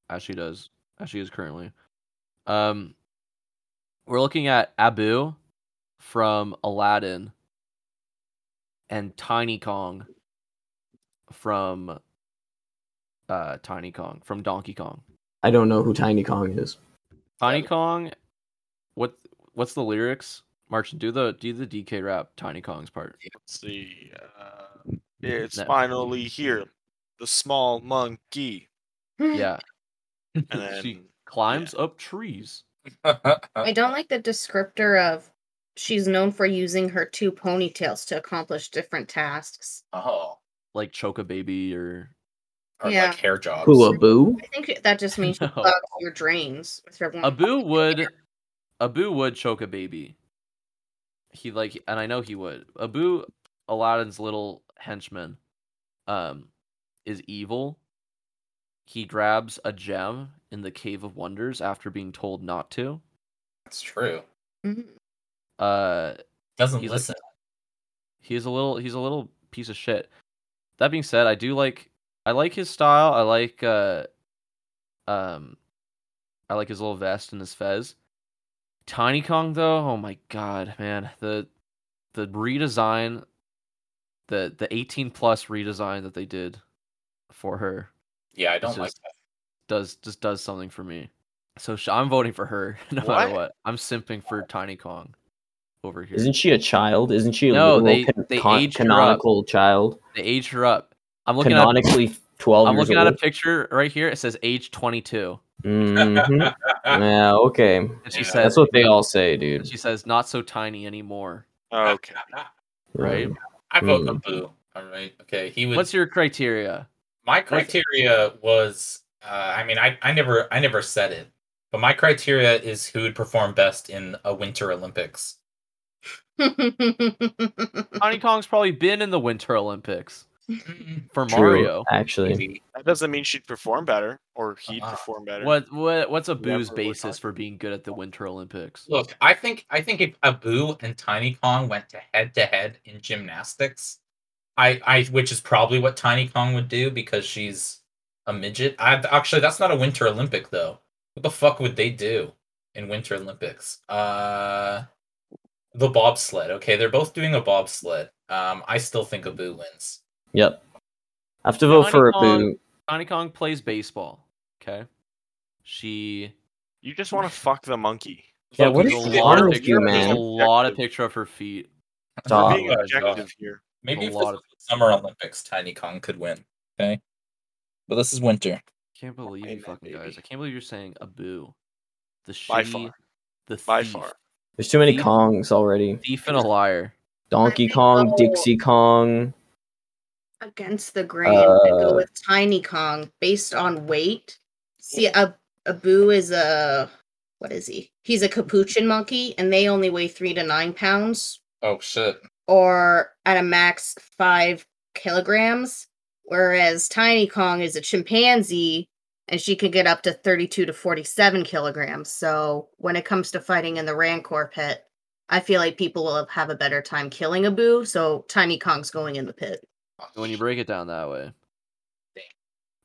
[SPEAKER 2] as she does, as she is currently. Um, we're looking at Abu from Aladdin and Tiny Kong from uh Tiny Kong from Donkey Kong.
[SPEAKER 3] I don't know who Tiny Kong is.
[SPEAKER 2] Tiny Kong, what what's the lyrics? March, do the do the DK rap Tiny Kong's part.
[SPEAKER 4] Let's see. Uh, it's
[SPEAKER 2] No.
[SPEAKER 4] finally here. The small monkey.
[SPEAKER 2] Yeah,
[SPEAKER 4] And then,
[SPEAKER 2] she climbs up trees.
[SPEAKER 5] guys.
[SPEAKER 6] I don't like the descriptor of she's known for using her two ponytails to accomplish different tasks.
[SPEAKER 5] oh,
[SPEAKER 2] Like choke a baby or
[SPEAKER 5] or
[SPEAKER 6] Yeah.
[SPEAKER 5] like hair jobs.
[SPEAKER 3] Hula Boo.
[SPEAKER 6] I think that just means she
[SPEAKER 2] No.
[SPEAKER 6] plugs your drains with her one
[SPEAKER 2] Abu would Abu would choke a baby. He like and I know he would. Abu Aladdin's little henchman um is evil. He grabs a gem in the Cave of Wonders after being told not to.
[SPEAKER 5] That's true.
[SPEAKER 6] Mhm.
[SPEAKER 2] Uh
[SPEAKER 5] Doesn't
[SPEAKER 2] He's like-
[SPEAKER 5] listen.
[SPEAKER 2] he's a little he's a little piece of shit. That being said, I do like I like his style. I like uh um I like his little vest and his fez. Tiny Kong though, oh my god, man. The the redesign the the 18 plus redesign that they did for her
[SPEAKER 5] yeah, I don't
[SPEAKER 2] It's
[SPEAKER 5] like
[SPEAKER 2] just- does just does something for me. So sh- I'm voting for her no matter
[SPEAKER 4] What?
[SPEAKER 2] what. I'm simping for Tiny Kong over here.
[SPEAKER 3] Isn't she a child? Isn't she a
[SPEAKER 2] No,
[SPEAKER 3] literal
[SPEAKER 2] they-
[SPEAKER 3] can-
[SPEAKER 2] they
[SPEAKER 3] con-
[SPEAKER 2] aged her up.
[SPEAKER 3] canonical child?
[SPEAKER 2] They age her up. I'm looking at
[SPEAKER 3] Canonically twelve
[SPEAKER 2] I'm
[SPEAKER 3] years
[SPEAKER 2] looking
[SPEAKER 3] old.
[SPEAKER 2] at a picture right here. It says age 22,
[SPEAKER 3] Mhm.
[SPEAKER 5] that.
[SPEAKER 3] Yeah, okay.
[SPEAKER 2] and she
[SPEAKER 5] Yeah.
[SPEAKER 2] says
[SPEAKER 3] That's what they all say, dude.
[SPEAKER 2] she says not so tiny anymore.
[SPEAKER 4] Oh, Okay.
[SPEAKER 2] Right?
[SPEAKER 5] I vote
[SPEAKER 3] Hmm.
[SPEAKER 5] Abu. All right. Okay. He would.
[SPEAKER 2] What's your criteria?
[SPEAKER 5] my criteria was uh, i mean I, I never i never said it but my criteria is who would perform best in a winter olympics
[SPEAKER 6] Mm-hmm.
[SPEAKER 2] Tiny Kong's probably been in the Winter Olympics
[SPEAKER 5] Mm-hmm.
[SPEAKER 2] for
[SPEAKER 3] True,
[SPEAKER 2] Mario.
[SPEAKER 3] Actually,
[SPEAKER 5] Maybe.
[SPEAKER 4] That doesn't mean she'd perform better or he'd
[SPEAKER 5] Uh-uh.
[SPEAKER 4] perform better.
[SPEAKER 2] What what what's a
[SPEAKER 4] Remember
[SPEAKER 2] boo's
[SPEAKER 4] we're
[SPEAKER 2] basis
[SPEAKER 4] talking-
[SPEAKER 2] for being good at the Winter Olympics?
[SPEAKER 5] look i think i think if abu and tiny kong went to head to head in gymnastics i i which is probably what tiny kong would do because she's a midget i actually that's not a winter olympic though What the fuck would they do in Winter Olympics? Uh, the bobsled. Okay, they're both doing a bobsled. Um, I still think Abu wins.
[SPEAKER 3] Yep. I have to vote for a
[SPEAKER 2] Johnny
[SPEAKER 3] boo.
[SPEAKER 2] Connie Kong plays baseball. Okay. She
[SPEAKER 4] You just want to fuck the monkey.
[SPEAKER 3] Yeah,
[SPEAKER 5] Fuck
[SPEAKER 3] what
[SPEAKER 2] there's
[SPEAKER 3] is
[SPEAKER 2] a
[SPEAKER 3] the
[SPEAKER 2] lot
[SPEAKER 3] matter
[SPEAKER 2] of
[SPEAKER 3] with you,
[SPEAKER 2] picture, there's a
[SPEAKER 3] man?
[SPEAKER 2] lot of picture of her feet.
[SPEAKER 4] We're
[SPEAKER 3] Stop.
[SPEAKER 4] being
[SPEAKER 5] Oh,
[SPEAKER 4] objective
[SPEAKER 5] God.
[SPEAKER 4] here.
[SPEAKER 5] Maybe
[SPEAKER 2] a
[SPEAKER 5] if this
[SPEAKER 2] lot
[SPEAKER 5] was
[SPEAKER 2] of-
[SPEAKER 5] the Summer Olympics, Tiny Kong could win. Okay, but this is winter.
[SPEAKER 2] Can't believe
[SPEAKER 4] Hey,
[SPEAKER 2] you
[SPEAKER 4] man,
[SPEAKER 2] fucking guys.
[SPEAKER 4] baby.
[SPEAKER 2] I can't believe you're saying Abu. The
[SPEAKER 4] By
[SPEAKER 2] she,
[SPEAKER 4] far.
[SPEAKER 2] the
[SPEAKER 4] By
[SPEAKER 2] thief,
[SPEAKER 4] far.
[SPEAKER 3] There's too many
[SPEAKER 2] Thief.
[SPEAKER 3] Kongs already.
[SPEAKER 2] thief and a liar.
[SPEAKER 3] Donkey Kong,
[SPEAKER 6] Oh.
[SPEAKER 3] Dixie Kong.
[SPEAKER 6] Against the grain, I go
[SPEAKER 3] Uh,
[SPEAKER 6] with Tiny Kong based on weight. See, Ab- Abu is a what is he? He's a capuchin monkey, and they only weigh three to nine pounds,
[SPEAKER 5] Oh shit!
[SPEAKER 6] or at a max five kilograms. Whereas Tiny Kong is a chimpanzee, and she can get up to thirty-two to forty-seven kilograms. So when it comes to fighting in the Rancor pit, I feel like people will have a better time killing Abu. So Tiny Kong's going in the pit.
[SPEAKER 2] When you break it down that way,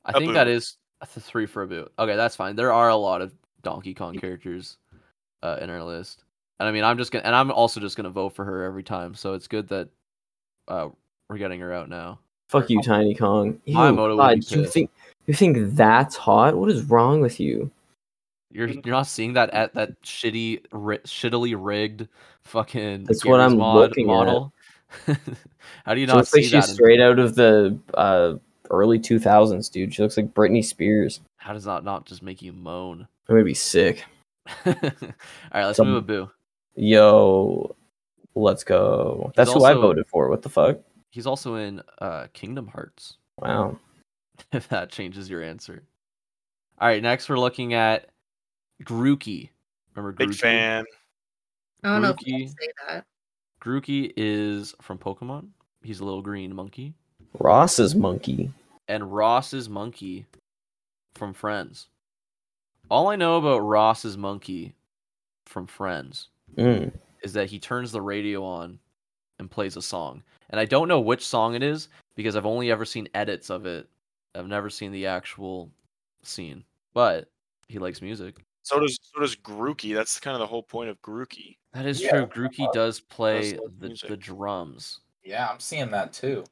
[SPEAKER 2] I
[SPEAKER 4] Abu.
[SPEAKER 2] think that is that's a three for Abu. Okay, that's fine. There are a lot of Donkey Kong characters uh, in our list, and I mean, I'm just gonna and I'm also just gonna vote for her every time. So it's good that uh, we're getting her out now.
[SPEAKER 3] Fuck you, Tiny Kong. Ew,
[SPEAKER 2] Oh. My motor would
[SPEAKER 3] God,
[SPEAKER 2] be
[SPEAKER 3] you
[SPEAKER 2] pissed.
[SPEAKER 3] think you think that's hot? What is wrong with you?
[SPEAKER 2] You're you're not seeing that at that shitty, ri- shittily rigged fucking.
[SPEAKER 3] That's what
[SPEAKER 2] Gary's
[SPEAKER 3] I'm
[SPEAKER 2] mod
[SPEAKER 3] looking at.
[SPEAKER 2] model. How do you
[SPEAKER 3] She
[SPEAKER 2] not
[SPEAKER 3] looks like
[SPEAKER 2] see
[SPEAKER 3] she's
[SPEAKER 2] that? in-
[SPEAKER 3] straight out of the uh, early 2000s, dude. She looks like Britney Spears.
[SPEAKER 2] How does that not just make you moan?
[SPEAKER 3] I'm gonna be sick.
[SPEAKER 2] All right, let's
[SPEAKER 3] Some-
[SPEAKER 2] move a boo.
[SPEAKER 3] Yo, let's go. That's who I
[SPEAKER 2] also-
[SPEAKER 3] voted for. What the fuck?
[SPEAKER 2] He's also in uh, Kingdom Hearts.
[SPEAKER 3] Wow.
[SPEAKER 2] if that changes your answer. All right, next we're looking at Grookey. Remember Grookey?
[SPEAKER 4] Big fan.
[SPEAKER 6] I don't know if you
[SPEAKER 2] Grookey.
[SPEAKER 6] can say that.
[SPEAKER 2] Grookey is from Pokemon. He's a little green monkey.
[SPEAKER 3] Ross's monkey.
[SPEAKER 2] And Ross's monkey from Friends. All I know about Ross's monkey from Friends
[SPEAKER 3] Mm.
[SPEAKER 2] is that he turns the radio on and plays a song. And I don't know which song it is because I've only ever seen edits of it. I've never seen the actual scene. But he likes music.
[SPEAKER 4] So does so does Grookey. That's kind of the whole point of Grookey.
[SPEAKER 2] That is
[SPEAKER 5] Yeah,
[SPEAKER 2] true. Grookey does play
[SPEAKER 4] love
[SPEAKER 2] the,
[SPEAKER 4] music.
[SPEAKER 2] the drums.
[SPEAKER 5] Yeah, I'm seeing that too.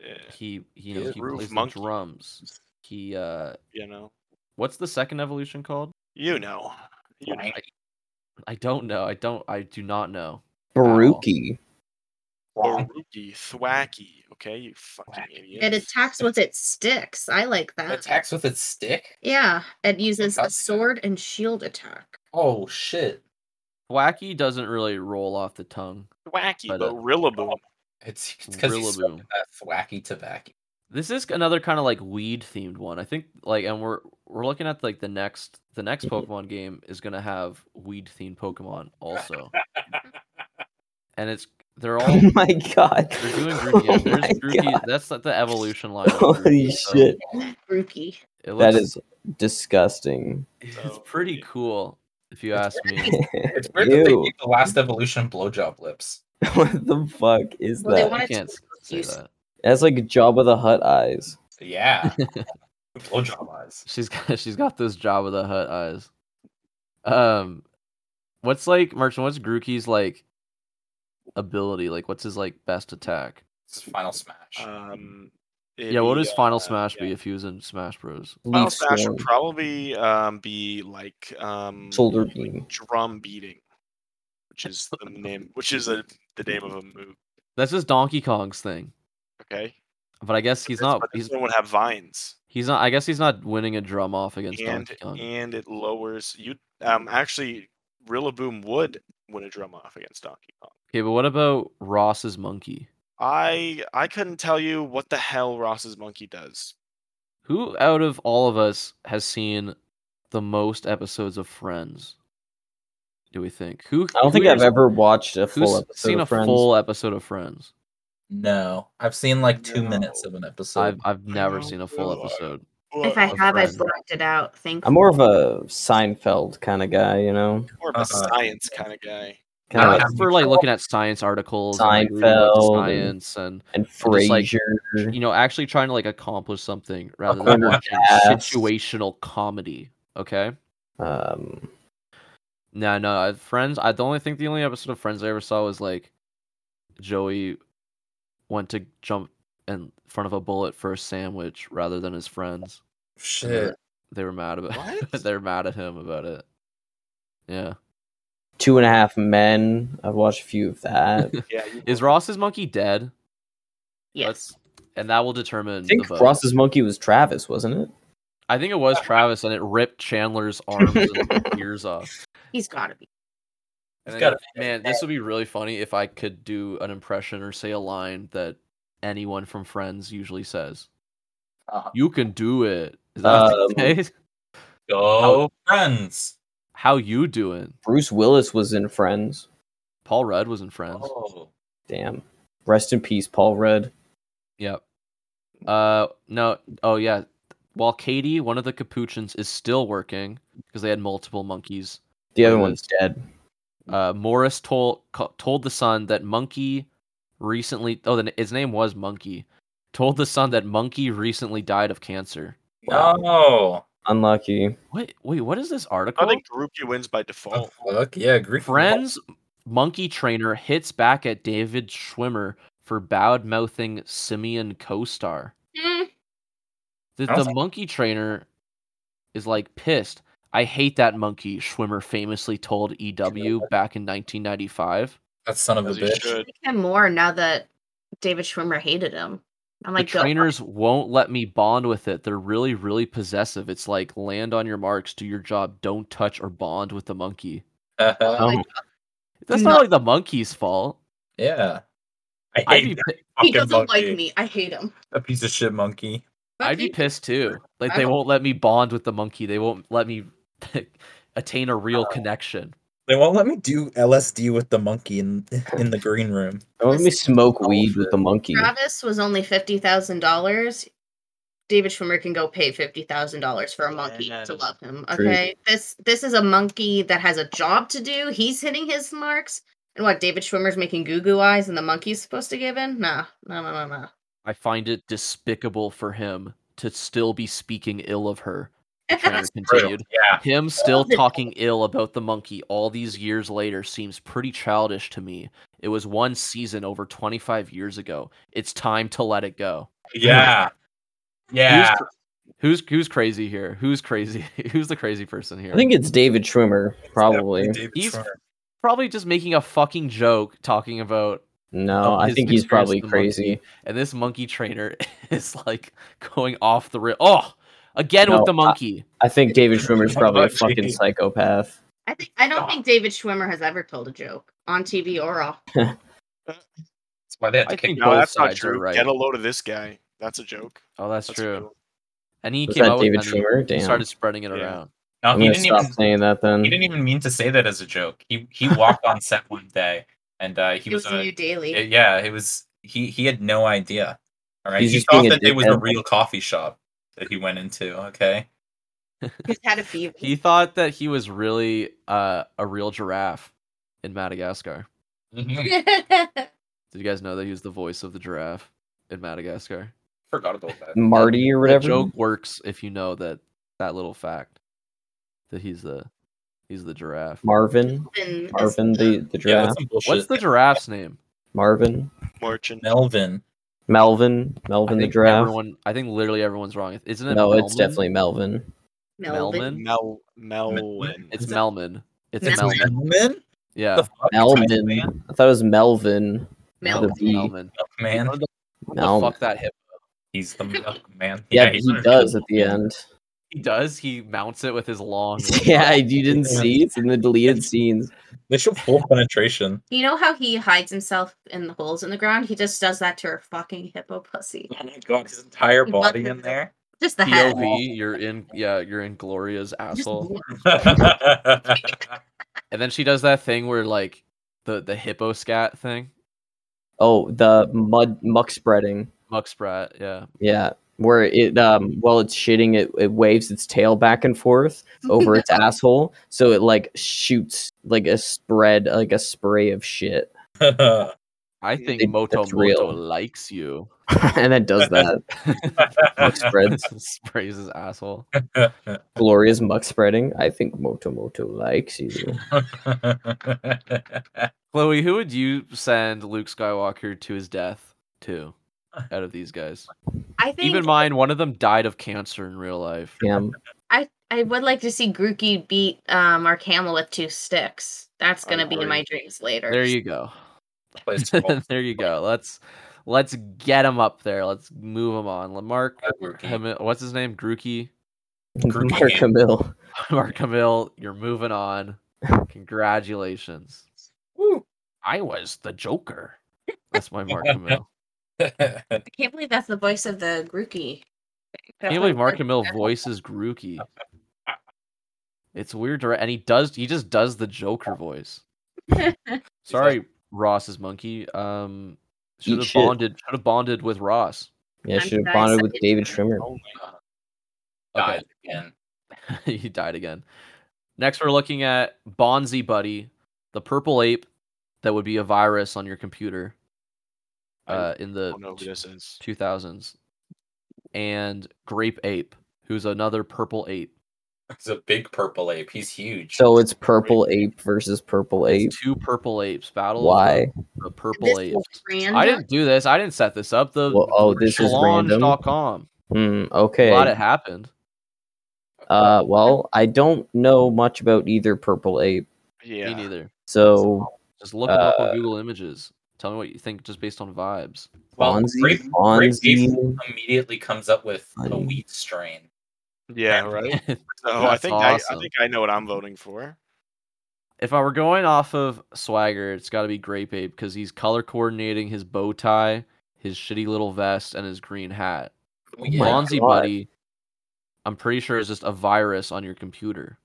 [SPEAKER 4] Yeah,
[SPEAKER 2] He he,
[SPEAKER 5] He's
[SPEAKER 2] knows
[SPEAKER 5] a
[SPEAKER 2] he
[SPEAKER 4] roof
[SPEAKER 2] plays
[SPEAKER 4] monkey.
[SPEAKER 2] the drums. He uh
[SPEAKER 4] you know.
[SPEAKER 2] what's the second evolution called?
[SPEAKER 4] You know. You know.
[SPEAKER 5] Blank,
[SPEAKER 2] I don't know. I don't I do not know.
[SPEAKER 3] Baruki.
[SPEAKER 5] blank.
[SPEAKER 4] Grookey, thwacky. Okay, you fucking
[SPEAKER 5] Thwacky.
[SPEAKER 4] idiot.
[SPEAKER 6] It attacks with its sticks. I like
[SPEAKER 5] It
[SPEAKER 6] that.
[SPEAKER 5] attacks with its stick.
[SPEAKER 6] Yeah, it uses a
[SPEAKER 5] does.
[SPEAKER 6] sword and shield attack.
[SPEAKER 5] Oh shit!
[SPEAKER 2] Wacky doesn't really roll off the tongue.
[SPEAKER 4] Thwacky,
[SPEAKER 2] But,
[SPEAKER 4] but,
[SPEAKER 2] uh,
[SPEAKER 4] Rillaboom.
[SPEAKER 5] It's because he's smoking
[SPEAKER 2] Rillaboom.
[SPEAKER 5] that thwacky tobacco.
[SPEAKER 2] This is another kind of like weed themed one. I think like and we're we're looking at like the next the next
[SPEAKER 3] Mhm.
[SPEAKER 2] Pokemon game is gonna have weed themed Pokemon also. and it's they're all
[SPEAKER 3] Oh my god.
[SPEAKER 2] they're doing Grookey.
[SPEAKER 3] Oh my
[SPEAKER 2] There's Grookey
[SPEAKER 3] God.
[SPEAKER 2] that's like the evolution line. of
[SPEAKER 3] Holy
[SPEAKER 2] Grookey, so-
[SPEAKER 3] shit.
[SPEAKER 6] Grookey.
[SPEAKER 2] It
[SPEAKER 3] That
[SPEAKER 2] looks-
[SPEAKER 3] is disgusting.
[SPEAKER 2] it's
[SPEAKER 4] So,
[SPEAKER 2] pretty
[SPEAKER 4] yeah.
[SPEAKER 2] cool if you ask me.
[SPEAKER 5] It's weird that they
[SPEAKER 3] Ew.
[SPEAKER 5] gave the last evolution blowjob lips.
[SPEAKER 3] what the fuck is
[SPEAKER 6] Well, they
[SPEAKER 3] that?
[SPEAKER 6] want-
[SPEAKER 2] I
[SPEAKER 6] wanted to
[SPEAKER 2] can't s- say
[SPEAKER 6] use-
[SPEAKER 2] that.
[SPEAKER 3] That's like Jabba the Hutt eyes.
[SPEAKER 5] Yeah, blowjob eyes.
[SPEAKER 2] She's got she's got those Jabba the Hutt eyes. Um, what's like Merchant? What's Grookey's like ability? Like, what's his like best attack?
[SPEAKER 5] It's final smash.
[SPEAKER 4] Um,
[SPEAKER 2] yeah, what
[SPEAKER 4] it'd
[SPEAKER 2] would
[SPEAKER 4] be,
[SPEAKER 2] his final
[SPEAKER 4] uh,
[SPEAKER 2] smash be
[SPEAKER 4] yeah.
[SPEAKER 2] if he was in Smash Bros?
[SPEAKER 4] Final
[SPEAKER 3] Leaf
[SPEAKER 4] smash
[SPEAKER 3] Swarm,
[SPEAKER 4] would probably um, be like um,
[SPEAKER 3] shoulder beam.
[SPEAKER 4] drum beating, which is the name, which is a, the name of a move.
[SPEAKER 2] That's just Donkey Kong's thing.
[SPEAKER 4] Okay,
[SPEAKER 2] But I guess he's
[SPEAKER 4] That's
[SPEAKER 2] not.
[SPEAKER 4] why this
[SPEAKER 2] He's
[SPEAKER 4] one would have vines,
[SPEAKER 2] he's not. I guess he's not winning a drum off against
[SPEAKER 4] and
[SPEAKER 2] Donkey Kong.
[SPEAKER 4] and it lowers you. Um, actually, Rillaboom would win a drum off against Donkey Kong.
[SPEAKER 2] Okay, but what about Ross's monkey?
[SPEAKER 4] I I couldn't tell you what the hell Ross's monkey does.
[SPEAKER 2] Who out of all of us has seen the most episodes of Friends? Do we think? Who?
[SPEAKER 3] I don't think
[SPEAKER 2] who
[SPEAKER 3] I've
[SPEAKER 2] here's-
[SPEAKER 3] ever watched a full
[SPEAKER 2] who's
[SPEAKER 3] episode
[SPEAKER 2] seen
[SPEAKER 3] of
[SPEAKER 2] a
[SPEAKER 3] Friends.
[SPEAKER 2] full episode of Friends.
[SPEAKER 5] No, I've seen like two
[SPEAKER 4] No.
[SPEAKER 5] minutes of an episode.
[SPEAKER 2] I've I've never
[SPEAKER 4] know
[SPEAKER 2] seen a full
[SPEAKER 4] who I-
[SPEAKER 2] episode.
[SPEAKER 6] If I
[SPEAKER 2] a
[SPEAKER 6] have, I've
[SPEAKER 2] friend.
[SPEAKER 6] blacked it out. Thank
[SPEAKER 3] I'm more of a Seinfeld kind of guy, you know.
[SPEAKER 4] more
[SPEAKER 2] Uh,
[SPEAKER 4] of a
[SPEAKER 5] Uh-huh.
[SPEAKER 4] science kind of
[SPEAKER 2] I
[SPEAKER 4] guy.
[SPEAKER 3] Kind
[SPEAKER 5] Uh,
[SPEAKER 2] don't
[SPEAKER 3] of,
[SPEAKER 2] know, for like looking at science articles, and, like, reading about the
[SPEAKER 3] Seinfeld and-
[SPEAKER 2] science, and
[SPEAKER 3] and
[SPEAKER 2] just like-
[SPEAKER 3] Frasier.
[SPEAKER 2] you know, actually trying to like accomplish something rather
[SPEAKER 3] Awkward
[SPEAKER 2] than watching
[SPEAKER 3] Ass.
[SPEAKER 2] situational comedy. Okay,
[SPEAKER 3] Um,
[SPEAKER 2] No, no, I- Friends. I the only think the only episode of Friends I ever saw was like Joey went to jump in front of a bullet for a sandwich rather than his friends. and they were-
[SPEAKER 5] Shit.
[SPEAKER 2] They were mad about
[SPEAKER 4] What?
[SPEAKER 2] They're mad at him about it. Yeah.
[SPEAKER 3] Two and a Half Men. I've watched a few of that.
[SPEAKER 4] Yeah, you
[SPEAKER 2] Is Ross's monkey dead?
[SPEAKER 6] Yes.
[SPEAKER 2] And that will determine
[SPEAKER 3] I think
[SPEAKER 2] the vote.
[SPEAKER 3] Ross's monkey was Travis, wasn't it?
[SPEAKER 2] I think it was Travis and it ripped Chandler's arms and ears off.
[SPEAKER 6] He's got to be.
[SPEAKER 2] And
[SPEAKER 5] It's
[SPEAKER 2] then-
[SPEAKER 5] gotta be
[SPEAKER 2] man, this would be really funny if I could do an impression or say a line that anyone from Friends usually says.
[SPEAKER 5] Uh-huh.
[SPEAKER 2] You can do it. Is that what they say?
[SPEAKER 5] Go friends.
[SPEAKER 2] How you doing?
[SPEAKER 3] Bruce Willis was in Friends.
[SPEAKER 2] Paul Rudd was in Friends.
[SPEAKER 5] Oh.
[SPEAKER 3] Damn. Rest in peace, Paul Rudd.
[SPEAKER 2] Yep. Uh no oh yeah. While Katie, one of the capuchins, is still working because they had multiple monkeys.
[SPEAKER 3] The other
[SPEAKER 2] Wait,
[SPEAKER 3] one's dead.
[SPEAKER 2] Uh, Morris told co- told the son that Monkey recently. Oh, the, his name was Monkey. Told the son that Monkey recently died of cancer.
[SPEAKER 5] No.
[SPEAKER 3] Unlucky.
[SPEAKER 2] Wait, wait, what is this
[SPEAKER 4] I
[SPEAKER 2] article?
[SPEAKER 4] think Groupie wins by
[SPEAKER 5] Oh,
[SPEAKER 4] default.
[SPEAKER 5] fuck. Yeah, agree.
[SPEAKER 2] Friends monkey trainer hits back at David Schwimmer for bad mouthing Simeon co-star.
[SPEAKER 6] Mm,
[SPEAKER 2] The,
[SPEAKER 5] Sounds
[SPEAKER 2] the
[SPEAKER 5] like-
[SPEAKER 2] monkey trainer is like pissed. I hate that monkey. Schwimmer famously told EW back in 1995.
[SPEAKER 5] That son of a
[SPEAKER 4] As you
[SPEAKER 5] bitch.
[SPEAKER 4] should.
[SPEAKER 6] and more now that David Schwimmer hated him. I'm like,
[SPEAKER 2] the
[SPEAKER 6] go-
[SPEAKER 2] trainers won't let me bond with it. They're really, really possessive. It's like land on your marks, do your job, don't touch or bond with the monkey.
[SPEAKER 5] yeah.
[SPEAKER 3] Oh,
[SPEAKER 6] Like,
[SPEAKER 2] That's
[SPEAKER 6] No.
[SPEAKER 2] not like the monkey's fault.
[SPEAKER 5] I
[SPEAKER 2] I'd be,
[SPEAKER 5] hate that
[SPEAKER 2] pi-
[SPEAKER 6] he
[SPEAKER 5] fucking
[SPEAKER 6] doesn't
[SPEAKER 5] monkey.
[SPEAKER 6] like me. I hate him.
[SPEAKER 5] That piece of shit monkey.
[SPEAKER 2] I'd be
[SPEAKER 6] Monkey-
[SPEAKER 2] pissed too. Like
[SPEAKER 6] I
[SPEAKER 2] they
[SPEAKER 6] don't-
[SPEAKER 2] won't let me bond with the monkey. They won't let me attain a
[SPEAKER 6] Oh.
[SPEAKER 2] real connection.
[SPEAKER 5] They won't let me do LSD with the monkey in in the green room.
[SPEAKER 3] Don't let me smoke weed with the monkey.
[SPEAKER 6] Travis was only fifty thousand dollars. David Schwimmer can go pay fifty thousand dollars for a monkey
[SPEAKER 4] Man.
[SPEAKER 6] to love him.
[SPEAKER 3] True.
[SPEAKER 6] Okay, this this is a monkey that has a job to do. He's hitting his marks, and what David Schwimmer's making goo goo eyes, and the monkey's supposed to give in? Nah, no, no, no, no.
[SPEAKER 2] I find it despicable for him to still be speaking ill of her. Trainer
[SPEAKER 5] True.
[SPEAKER 2] continued.
[SPEAKER 5] Yeah.
[SPEAKER 2] Him still
[SPEAKER 6] the-
[SPEAKER 2] talking ill about the monkey all these years later seems pretty childish to me. It was one season over 25 years ago. It's time to let it go.
[SPEAKER 5] Yeah. Yeah.
[SPEAKER 2] Who's who's, who's crazy here? Who's crazy? Who's the crazy person here?
[SPEAKER 3] I think it's David Schwimmer, probably.
[SPEAKER 5] Definitely David
[SPEAKER 2] He's-
[SPEAKER 5] Schwimmer.
[SPEAKER 2] probably just making a fucking joke talking about
[SPEAKER 3] No,
[SPEAKER 2] of
[SPEAKER 3] Oh, I
[SPEAKER 2] Oh, his
[SPEAKER 3] think he's
[SPEAKER 2] experience
[SPEAKER 3] probably
[SPEAKER 2] with the monkey.
[SPEAKER 3] crazy.
[SPEAKER 2] and this monkey trainer is like going off the rail. Oh, again
[SPEAKER 3] No,
[SPEAKER 2] with the
[SPEAKER 3] I-
[SPEAKER 2] monkey.
[SPEAKER 3] I think David Schwimmer's probably a fucking
[SPEAKER 5] Gee.
[SPEAKER 3] psychopath.
[SPEAKER 6] I think I don't think David Schwimmer has ever told a joke on TV or off.
[SPEAKER 5] That's why they had
[SPEAKER 2] I
[SPEAKER 5] to kick
[SPEAKER 2] think
[SPEAKER 5] him
[SPEAKER 4] No,
[SPEAKER 2] both
[SPEAKER 4] that's not
[SPEAKER 2] sides are
[SPEAKER 4] true.
[SPEAKER 2] right.
[SPEAKER 4] Get a load of this guy. That's a joke.
[SPEAKER 2] oh, that's,
[SPEAKER 4] That's a good
[SPEAKER 2] true.
[SPEAKER 4] one.
[SPEAKER 2] And he
[SPEAKER 3] Was
[SPEAKER 2] came
[SPEAKER 3] that
[SPEAKER 2] out with
[SPEAKER 3] David
[SPEAKER 2] and he
[SPEAKER 3] Schwimmer? Damn.
[SPEAKER 2] started spreading it
[SPEAKER 4] Yeah.
[SPEAKER 2] around.
[SPEAKER 5] No,
[SPEAKER 3] I'm
[SPEAKER 5] he
[SPEAKER 3] gonna
[SPEAKER 5] didn't
[SPEAKER 3] stop
[SPEAKER 5] even
[SPEAKER 3] saying that then.
[SPEAKER 5] he didn't even mean to say that as a joke. He he walked on set one day and uh, he
[SPEAKER 6] It was
[SPEAKER 5] was
[SPEAKER 6] a new
[SPEAKER 5] a,
[SPEAKER 6] daily.
[SPEAKER 5] yeah, it was he he had no idea. All right.
[SPEAKER 3] He's
[SPEAKER 5] he
[SPEAKER 3] just being
[SPEAKER 5] thought
[SPEAKER 3] a
[SPEAKER 5] that it was a
[SPEAKER 3] dickhead.
[SPEAKER 5] real coffee shop that he went into, okay?
[SPEAKER 6] He's had a fever.
[SPEAKER 2] He thought that he was really uh, a real giraffe in Madagascar.
[SPEAKER 5] Mhm.
[SPEAKER 2] Did you guys know that he was the voice of the giraffe in Madagascar?
[SPEAKER 5] Forgot about that.
[SPEAKER 3] Marty or
[SPEAKER 2] The
[SPEAKER 3] whatever.
[SPEAKER 2] joke works if you know that that little fact that he's the he's the giraffe.
[SPEAKER 3] Marvin.
[SPEAKER 6] Been-
[SPEAKER 3] Marvin the, the
[SPEAKER 5] Yeah,
[SPEAKER 3] giraffe.
[SPEAKER 5] that's some bullshit.
[SPEAKER 2] What's the giraffe's name?
[SPEAKER 3] Marvin.
[SPEAKER 4] Marching.
[SPEAKER 5] Melvin?
[SPEAKER 3] Melvin. Melvin
[SPEAKER 2] I
[SPEAKER 3] the
[SPEAKER 2] think
[SPEAKER 3] giraffe.
[SPEAKER 2] everyone. I think literally everyone's wrong. Isn't it?
[SPEAKER 3] no, it's
[SPEAKER 2] Melman?
[SPEAKER 3] definitely Melvin.
[SPEAKER 6] Melvin.
[SPEAKER 2] Melman?
[SPEAKER 4] Mel Melwin.
[SPEAKER 2] It's
[SPEAKER 5] Is it-
[SPEAKER 2] Melman. It's
[SPEAKER 6] Melman.
[SPEAKER 2] Melman.
[SPEAKER 5] Melvin?
[SPEAKER 2] Yeah.
[SPEAKER 5] The fuck? Man?
[SPEAKER 3] Melvin. I thought it was Melvin.
[SPEAKER 6] Melvin.
[SPEAKER 3] the-
[SPEAKER 2] Melman.
[SPEAKER 5] Man.
[SPEAKER 2] What the, what the
[SPEAKER 3] Melman.
[SPEAKER 2] fuck that hip?
[SPEAKER 5] He's the milk man.
[SPEAKER 3] Yeah,
[SPEAKER 5] he's
[SPEAKER 3] he
[SPEAKER 5] not a
[SPEAKER 3] does
[SPEAKER 5] good
[SPEAKER 3] at the
[SPEAKER 5] man.
[SPEAKER 3] end.
[SPEAKER 2] He does. He mounts it with his long.
[SPEAKER 3] yeah, you didn't see it's in the deleted scenes.
[SPEAKER 5] They show full penetration.
[SPEAKER 6] You know how he hides himself in the holes in the ground? He just does that to her fucking hippo pussy.
[SPEAKER 5] Oh my god, his entire
[SPEAKER 6] He
[SPEAKER 5] body
[SPEAKER 6] buttons
[SPEAKER 5] in there.
[SPEAKER 6] Just the head.
[SPEAKER 2] POV. You're in. Yeah, you're in Gloria's
[SPEAKER 6] Just
[SPEAKER 2] asshole.
[SPEAKER 6] more.
[SPEAKER 2] And then she does that thing where like the the hippo scat thing.
[SPEAKER 3] Oh, the mud muck spreading.
[SPEAKER 2] Muck Sprat. Yeah.
[SPEAKER 3] Yeah. Where it um while it's shitting it, it waves its tail back and forth over its asshole. So it like shoots like a spread like a spray of shit.
[SPEAKER 2] I think
[SPEAKER 3] They-
[SPEAKER 2] Moto
[SPEAKER 3] that's
[SPEAKER 2] Moto
[SPEAKER 3] real.
[SPEAKER 2] likes you.
[SPEAKER 3] and then does that. Muck spreads.
[SPEAKER 2] Sprays his asshole.
[SPEAKER 3] Glorious muck spreading. I think Moto Moto likes you.
[SPEAKER 2] Chloe, who would you send Luke Skywalker to his death to out of these guys?
[SPEAKER 6] I think
[SPEAKER 2] Keep in mind, one of them died of cancer in real life.
[SPEAKER 3] Damn.
[SPEAKER 6] I I would like to see Grookey beat um our camel with two sticks. That's
[SPEAKER 4] I
[SPEAKER 6] gonna be in
[SPEAKER 4] agree.
[SPEAKER 6] my dreams later.
[SPEAKER 2] There you go.
[SPEAKER 5] Plays ball.
[SPEAKER 2] there you go. Let's let's get him up there. Let's move him on. Lamarck,
[SPEAKER 5] Grookey.
[SPEAKER 2] Hami- what's his name? Grookey,
[SPEAKER 5] Groupie.
[SPEAKER 3] Mark Camille.
[SPEAKER 2] Mark Hamill. You're moving on. Congratulations.
[SPEAKER 1] Woo.
[SPEAKER 2] I was the Joker. That's my Mark Hamill.
[SPEAKER 6] I can't believe that's the voice of the Grookey.
[SPEAKER 2] I can't believe Mark Hamill voices Grookey. It's weird, to re- and he does. He just does the Joker voice. Sorry, Ross's monkey. Um, should have
[SPEAKER 3] shit.
[SPEAKER 2] bonded. Should have bonded with Ross.
[SPEAKER 3] Yeah,
[SPEAKER 6] I'm
[SPEAKER 3] should have
[SPEAKER 6] sorry,
[SPEAKER 3] bonded with
[SPEAKER 6] sorry.
[SPEAKER 3] David Schwimmer.
[SPEAKER 5] Oh
[SPEAKER 2] Okay.
[SPEAKER 5] Died again.
[SPEAKER 2] he died again. Next, we're looking at Bonzi Buddy, the purple ape that would be a virus on your computer
[SPEAKER 4] I
[SPEAKER 2] uh, in the
[SPEAKER 4] don't know who this is.
[SPEAKER 2] 2000s, and Grape Ape, who's another purple ape.
[SPEAKER 5] He's a big purple ape. He's huge.
[SPEAKER 3] So it's purple ape versus purple ape.
[SPEAKER 2] It's two purple apes battle. of
[SPEAKER 3] Why?
[SPEAKER 2] the- the purple
[SPEAKER 6] This
[SPEAKER 2] apes?
[SPEAKER 6] is random.
[SPEAKER 2] I didn't do this. I didn't set this up. The
[SPEAKER 3] Well, oh, this is random.
[SPEAKER 2] Challenge.com.
[SPEAKER 3] Hmm. Okay.
[SPEAKER 2] Glad it happened.
[SPEAKER 3] Uh. Well, I don't know much about either purple ape.
[SPEAKER 4] Yeah.
[SPEAKER 2] Me neither.
[SPEAKER 3] So
[SPEAKER 2] Just look them up
[SPEAKER 3] Uh,
[SPEAKER 2] on Google Images. Tell me what you think, just based on vibes.
[SPEAKER 5] Well,
[SPEAKER 3] Bonzi.
[SPEAKER 5] grape, grape ape
[SPEAKER 3] Bonzi.
[SPEAKER 5] immediately comes up with a
[SPEAKER 3] Funny.
[SPEAKER 5] wheat strain.
[SPEAKER 4] Yeah, right. So I
[SPEAKER 2] That's
[SPEAKER 4] think I,
[SPEAKER 2] awesome.
[SPEAKER 4] I think I know what I'm voting for.
[SPEAKER 2] if I were going off of swagger, it's got to be Grape Ape because he's color coordinating his bow tie, his shitty little vest, and his green hat.
[SPEAKER 5] Oh,
[SPEAKER 3] my
[SPEAKER 5] yeah.
[SPEAKER 2] Bonzi
[SPEAKER 3] God.
[SPEAKER 2] Buddy, I'm pretty sure is just a virus on your computer.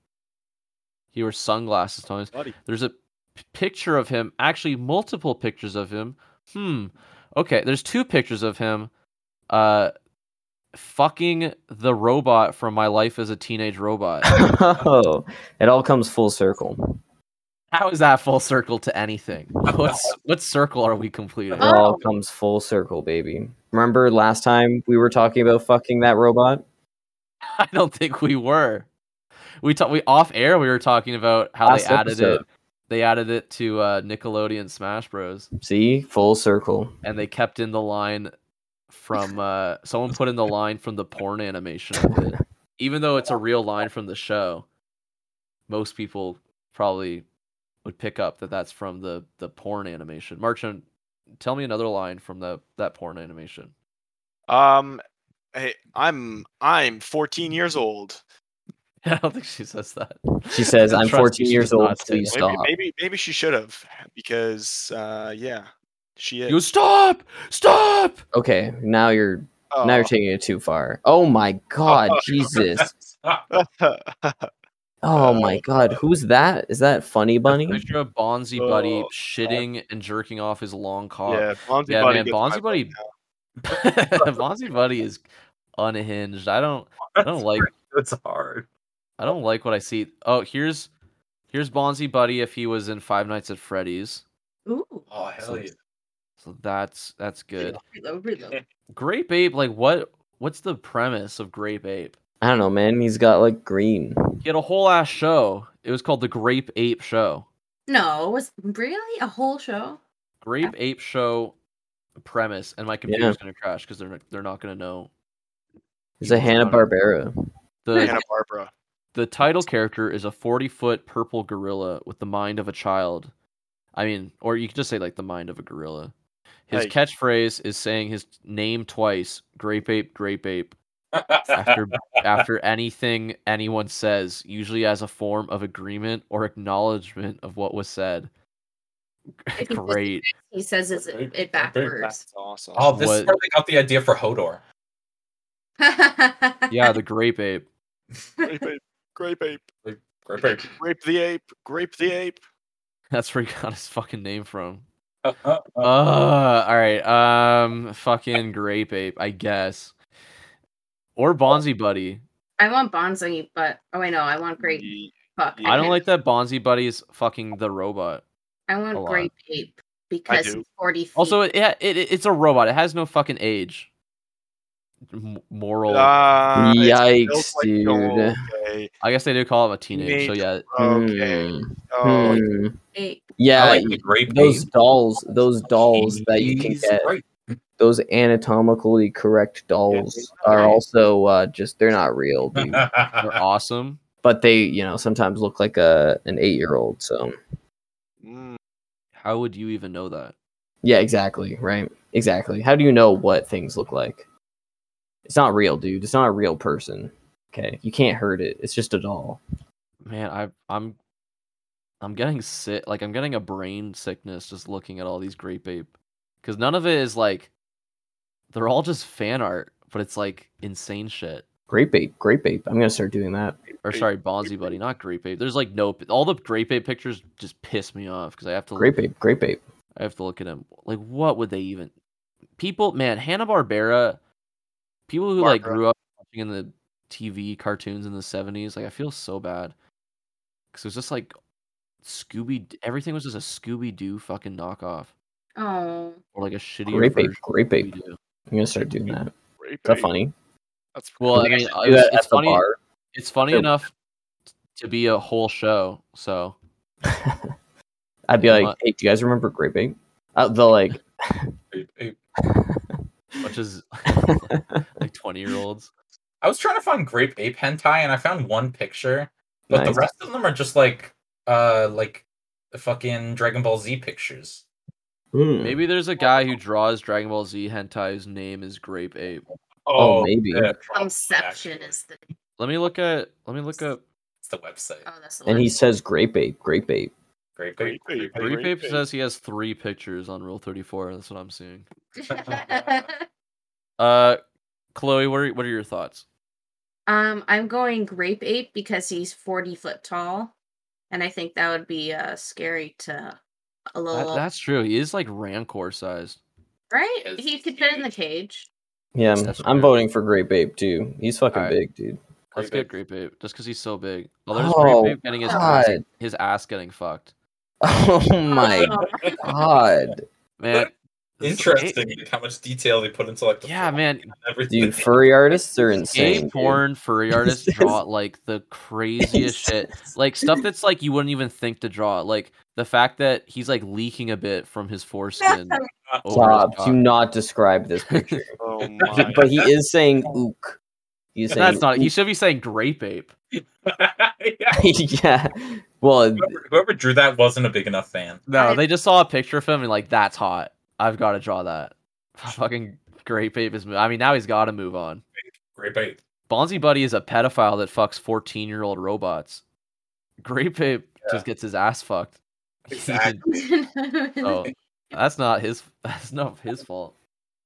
[SPEAKER 2] He wears sunglasses. Tony.
[SPEAKER 4] Buddy.
[SPEAKER 2] There's a p- picture of him, actually multiple pictures of him. Hmm. Okay, there's two pictures of him. Uh fucking the robot from My Life as a Teenage Robot.
[SPEAKER 3] oh, it all comes full circle.
[SPEAKER 2] How is that full circle to anything? What's what circle are we completing?
[SPEAKER 3] It all
[SPEAKER 6] Oh.
[SPEAKER 3] comes full circle, baby. Remember last time we were talking about fucking that robot?
[SPEAKER 2] I don't think we were. We talked we off air we were talking about how
[SPEAKER 3] Last
[SPEAKER 2] they added
[SPEAKER 3] episode.
[SPEAKER 2] it. They added it to uh, Nickelodeon Smash Bros.
[SPEAKER 3] See, full circle.
[SPEAKER 2] and they kept in the line from uh someone put in the line from the porn animation of it. even though it's a real line from the show most people probably would pick up that that's from the the porn animation marchand tell me another line from the that porn animation
[SPEAKER 4] Um, hey, I'm I'm 14 years old.
[SPEAKER 2] i don't think she says that
[SPEAKER 3] She says, "I'm
[SPEAKER 2] Trust me,
[SPEAKER 3] 14
[SPEAKER 2] she
[SPEAKER 3] years
[SPEAKER 2] does not
[SPEAKER 3] old,
[SPEAKER 2] say that.
[SPEAKER 3] please."
[SPEAKER 4] Maybe
[SPEAKER 3] Stop.
[SPEAKER 4] maybe, maybe she should have because uh yeah she
[SPEAKER 2] He
[SPEAKER 4] is.
[SPEAKER 2] goes, stop stop
[SPEAKER 3] Okay, now you're
[SPEAKER 4] Oh.
[SPEAKER 3] now you're taking it too far. Oh my god, Jesus. Oh my god, who's that? Is that Funny Bunny?
[SPEAKER 2] picture of bonzi buddy
[SPEAKER 4] Oh,
[SPEAKER 2] shitting and jerking off his long cock
[SPEAKER 4] yeah, Bonzi
[SPEAKER 2] Yeah,
[SPEAKER 4] Buddy
[SPEAKER 2] man,
[SPEAKER 4] gets my
[SPEAKER 2] Bonzi
[SPEAKER 4] vote
[SPEAKER 2] Buddy-
[SPEAKER 4] now.
[SPEAKER 2] bonzi buddy is unhinged i don't i don't like
[SPEAKER 5] It's hard.
[SPEAKER 2] I don't like what I see. Oh, here's here's Bonzi Buddy if he was in Five Nights at Freddy's.
[SPEAKER 6] Ooh.
[SPEAKER 5] Oh hell yeah!
[SPEAKER 2] So that's that's good.
[SPEAKER 6] Reload, reload.
[SPEAKER 2] Grape Ape, like what what's the premise of Grape Ape?
[SPEAKER 3] I don't know, man. He's got like green.
[SPEAKER 2] He had a whole ass show. It was called the Grape Ape Show.
[SPEAKER 6] No, was really a whole show?
[SPEAKER 2] Grape Ape Show premise, and my computer's gonna crash because they're not- they're not gonna know.
[SPEAKER 3] He's a Hanna Barbera.
[SPEAKER 2] The
[SPEAKER 4] Hanna Barbara.
[SPEAKER 2] the title character is a forty foot purple gorilla with the mind of a child. I mean, or you could just say like the mind of a gorilla. His
[SPEAKER 4] Hey.
[SPEAKER 2] catchphrase is saying his name twice, grape ape, grape ape, after after anything anyone says, usually as a form of agreement or acknowledgement of what was said.
[SPEAKER 6] If he says it
[SPEAKER 2] Great.
[SPEAKER 6] back- He says it's, it, it backwards.
[SPEAKER 4] That's awesome.
[SPEAKER 5] oh, this is
[SPEAKER 2] What-
[SPEAKER 5] where they got the idea for Hodor.
[SPEAKER 2] Yeah, the grape ape.
[SPEAKER 4] grape ape, grape ape,
[SPEAKER 5] Grape ape.
[SPEAKER 4] grape the ape, grape the ape.
[SPEAKER 2] That's where he got his fucking name from.
[SPEAKER 5] uh,
[SPEAKER 2] Uh, all right. Um, fucking grape ape, I guess. Or Bonzi Buddy.
[SPEAKER 6] I want Bonzi, but oh wait, no, I want Great
[SPEAKER 4] Ye-
[SPEAKER 6] Fuck.
[SPEAKER 4] yeah.
[SPEAKER 2] I don't like that Bonzi Buddy is fucking the robot.
[SPEAKER 6] I
[SPEAKER 2] a
[SPEAKER 6] want
[SPEAKER 2] lot.
[SPEAKER 6] Great Ape. because
[SPEAKER 4] do.
[SPEAKER 6] he's 40 feet.
[SPEAKER 2] Also, it, it, it it's a robot. It has no fucking age. M- moral.
[SPEAKER 4] Ah, it's
[SPEAKER 3] Yikes,
[SPEAKER 4] built like
[SPEAKER 3] dude.
[SPEAKER 4] gold. Okay.
[SPEAKER 2] I guess they do call him a teenager. So
[SPEAKER 4] Teenage-
[SPEAKER 2] yeah,
[SPEAKER 4] okay.
[SPEAKER 3] Hmm.
[SPEAKER 4] Oh,
[SPEAKER 3] Hmm.
[SPEAKER 6] Eight.
[SPEAKER 3] Yeah,
[SPEAKER 5] I like the grape
[SPEAKER 3] those
[SPEAKER 5] ape.
[SPEAKER 3] dolls, those dolls that you can
[SPEAKER 5] He's
[SPEAKER 3] get,
[SPEAKER 5] great.
[SPEAKER 3] those anatomically correct dolls
[SPEAKER 4] Yeah, they-
[SPEAKER 3] are also uh, just they're not real, dude.
[SPEAKER 2] they're awesome.
[SPEAKER 3] but they, you know, sometimes look like a an eight year old. So
[SPEAKER 4] mm,
[SPEAKER 2] How would you even know that?
[SPEAKER 3] yeah, exactly, right, exactly. How do you know what things look like? It's not real, dude. It's not a real person. Okay, you can't hurt it. It's just a doll.
[SPEAKER 2] Man, I I'm I'm getting sick. Like I'm getting a brain sickness just looking at all these grape ape because none of it is like they're all just fan art, but it's like insane shit.
[SPEAKER 3] Grape ape, grape ape. I'm gonna start doing that.
[SPEAKER 2] Or
[SPEAKER 4] Grape-
[SPEAKER 2] sorry, Bonzi buddy, not grape ape. There's like no all the grape ape pictures just piss me off because I have to
[SPEAKER 3] Grape ape, grape ape.
[SPEAKER 2] I have to look at them. Like, what would they even? People, man, Hanna Barbera, people who like
[SPEAKER 4] Barbara.
[SPEAKER 2] grew up watching in the TV cartoons in the seventies. Like, I feel so bad because it was just like Scooby. Everything was just a Scooby Doo fucking knockoff
[SPEAKER 6] Oh.
[SPEAKER 2] or like a shitty
[SPEAKER 3] Grape ape, grape ape.
[SPEAKER 2] Scooby-Doo.
[SPEAKER 3] I'm gonna start doing that. Is
[SPEAKER 4] great
[SPEAKER 3] that
[SPEAKER 4] baby.
[SPEAKER 3] funny?
[SPEAKER 4] That's
[SPEAKER 2] Well, I
[SPEAKER 4] pretty
[SPEAKER 2] mean,
[SPEAKER 4] good.
[SPEAKER 2] I
[SPEAKER 3] Do
[SPEAKER 2] was-
[SPEAKER 3] that
[SPEAKER 2] Uh, it's
[SPEAKER 3] at the
[SPEAKER 2] funny.
[SPEAKER 3] bar.
[SPEAKER 2] It's funny
[SPEAKER 3] Sure.
[SPEAKER 2] enough to be a whole show. So
[SPEAKER 3] I'd be
[SPEAKER 2] You know
[SPEAKER 3] like,
[SPEAKER 2] what?
[SPEAKER 3] hey, do you guys remember Grape Ape? Uh, the like,
[SPEAKER 5] Ape, ape.
[SPEAKER 2] much as like twenty year olds.
[SPEAKER 5] I was trying to find grape ape hentai and I found one picture, but
[SPEAKER 3] Nice.
[SPEAKER 5] the rest of them are just like uh like the fucking Dragon Ball Z pictures.
[SPEAKER 3] hmm.
[SPEAKER 2] Maybe there's a guy who draws Dragon Ball Z hentai whose name is Grape Ape.
[SPEAKER 3] Oh, maybe.
[SPEAKER 4] Um,
[SPEAKER 5] probably,
[SPEAKER 6] Conception
[SPEAKER 5] actually.
[SPEAKER 6] is the.
[SPEAKER 2] Let me look at. Let me look up.
[SPEAKER 5] It's the website.
[SPEAKER 6] Oh, that's the
[SPEAKER 3] and he
[SPEAKER 6] word.
[SPEAKER 3] says Grape Ape, Grape Ape.
[SPEAKER 5] Grape ape.
[SPEAKER 4] uh, Grape ape,
[SPEAKER 5] Grape ape.
[SPEAKER 4] grape-
[SPEAKER 2] Repape
[SPEAKER 4] Ape.
[SPEAKER 2] says he has three pictures on Rule Thirty Four. That's what I'm seeing.
[SPEAKER 5] says-
[SPEAKER 2] Uh, Chloe, what are what are your thoughts?
[SPEAKER 6] um, I'm going grape ape because he's 40 foot tall, and I think that would be uh scary to a
[SPEAKER 2] That-
[SPEAKER 3] Uh,
[SPEAKER 6] little.
[SPEAKER 2] that's true. He is like Rancor sized.
[SPEAKER 6] right?
[SPEAKER 5] Yes.
[SPEAKER 6] He could fit in the cage.
[SPEAKER 3] Yeah, I'm,
[SPEAKER 2] That's
[SPEAKER 3] I'm
[SPEAKER 2] weird.
[SPEAKER 3] voting for Grape Ape too. He's fucking
[SPEAKER 2] Alright.
[SPEAKER 3] big, dude.
[SPEAKER 2] Let's
[SPEAKER 5] Grape
[SPEAKER 2] get
[SPEAKER 5] Ape.
[SPEAKER 2] Grape Ape just because he's so big. Oh, there's
[SPEAKER 3] Oh,
[SPEAKER 2] Grape Ape getting his ass,
[SPEAKER 3] God.
[SPEAKER 2] his ass getting fucked.
[SPEAKER 3] Oh my
[SPEAKER 6] Oh,
[SPEAKER 3] god,
[SPEAKER 2] Man, this gay-
[SPEAKER 5] Interesting dude, how much detail they put into like the
[SPEAKER 2] Yeah,
[SPEAKER 5] font
[SPEAKER 2] man.
[SPEAKER 5] and everything.
[SPEAKER 3] dude! Furry artists are
[SPEAKER 2] Gay
[SPEAKER 3] insane. dude.
[SPEAKER 2] porn furry artists
[SPEAKER 3] This
[SPEAKER 2] draw like the craziest shit. Like stuff that's like you wouldn't even think to draw. Like the fact that he's like leaking a bit from his foreskin. over his
[SPEAKER 3] Bob,
[SPEAKER 2] cock.
[SPEAKER 3] do not describe this picture.
[SPEAKER 4] Oh
[SPEAKER 3] He-
[SPEAKER 4] my.
[SPEAKER 3] but he is saying ook. He's saying
[SPEAKER 2] That's not. He
[SPEAKER 3] ook.
[SPEAKER 2] should be saying Grape Ape.
[SPEAKER 5] Yeah.
[SPEAKER 3] yeah. Well,
[SPEAKER 5] Whoever, whoever drew that wasn't a big enough fan.
[SPEAKER 2] No,
[SPEAKER 6] I-
[SPEAKER 2] they just saw a picture of him and like that's hot. I've got to draw that. Fucking great ape is. mo- I mean, now he's got to move on.
[SPEAKER 5] Grape ape.
[SPEAKER 2] Bonzi Buddy is a pedophile that fucks fourteen-year-old robots. Grape ape just gets his ass fucked. He's a-
[SPEAKER 5] Exactly.
[SPEAKER 2] oh, that's not his. That's not his fault.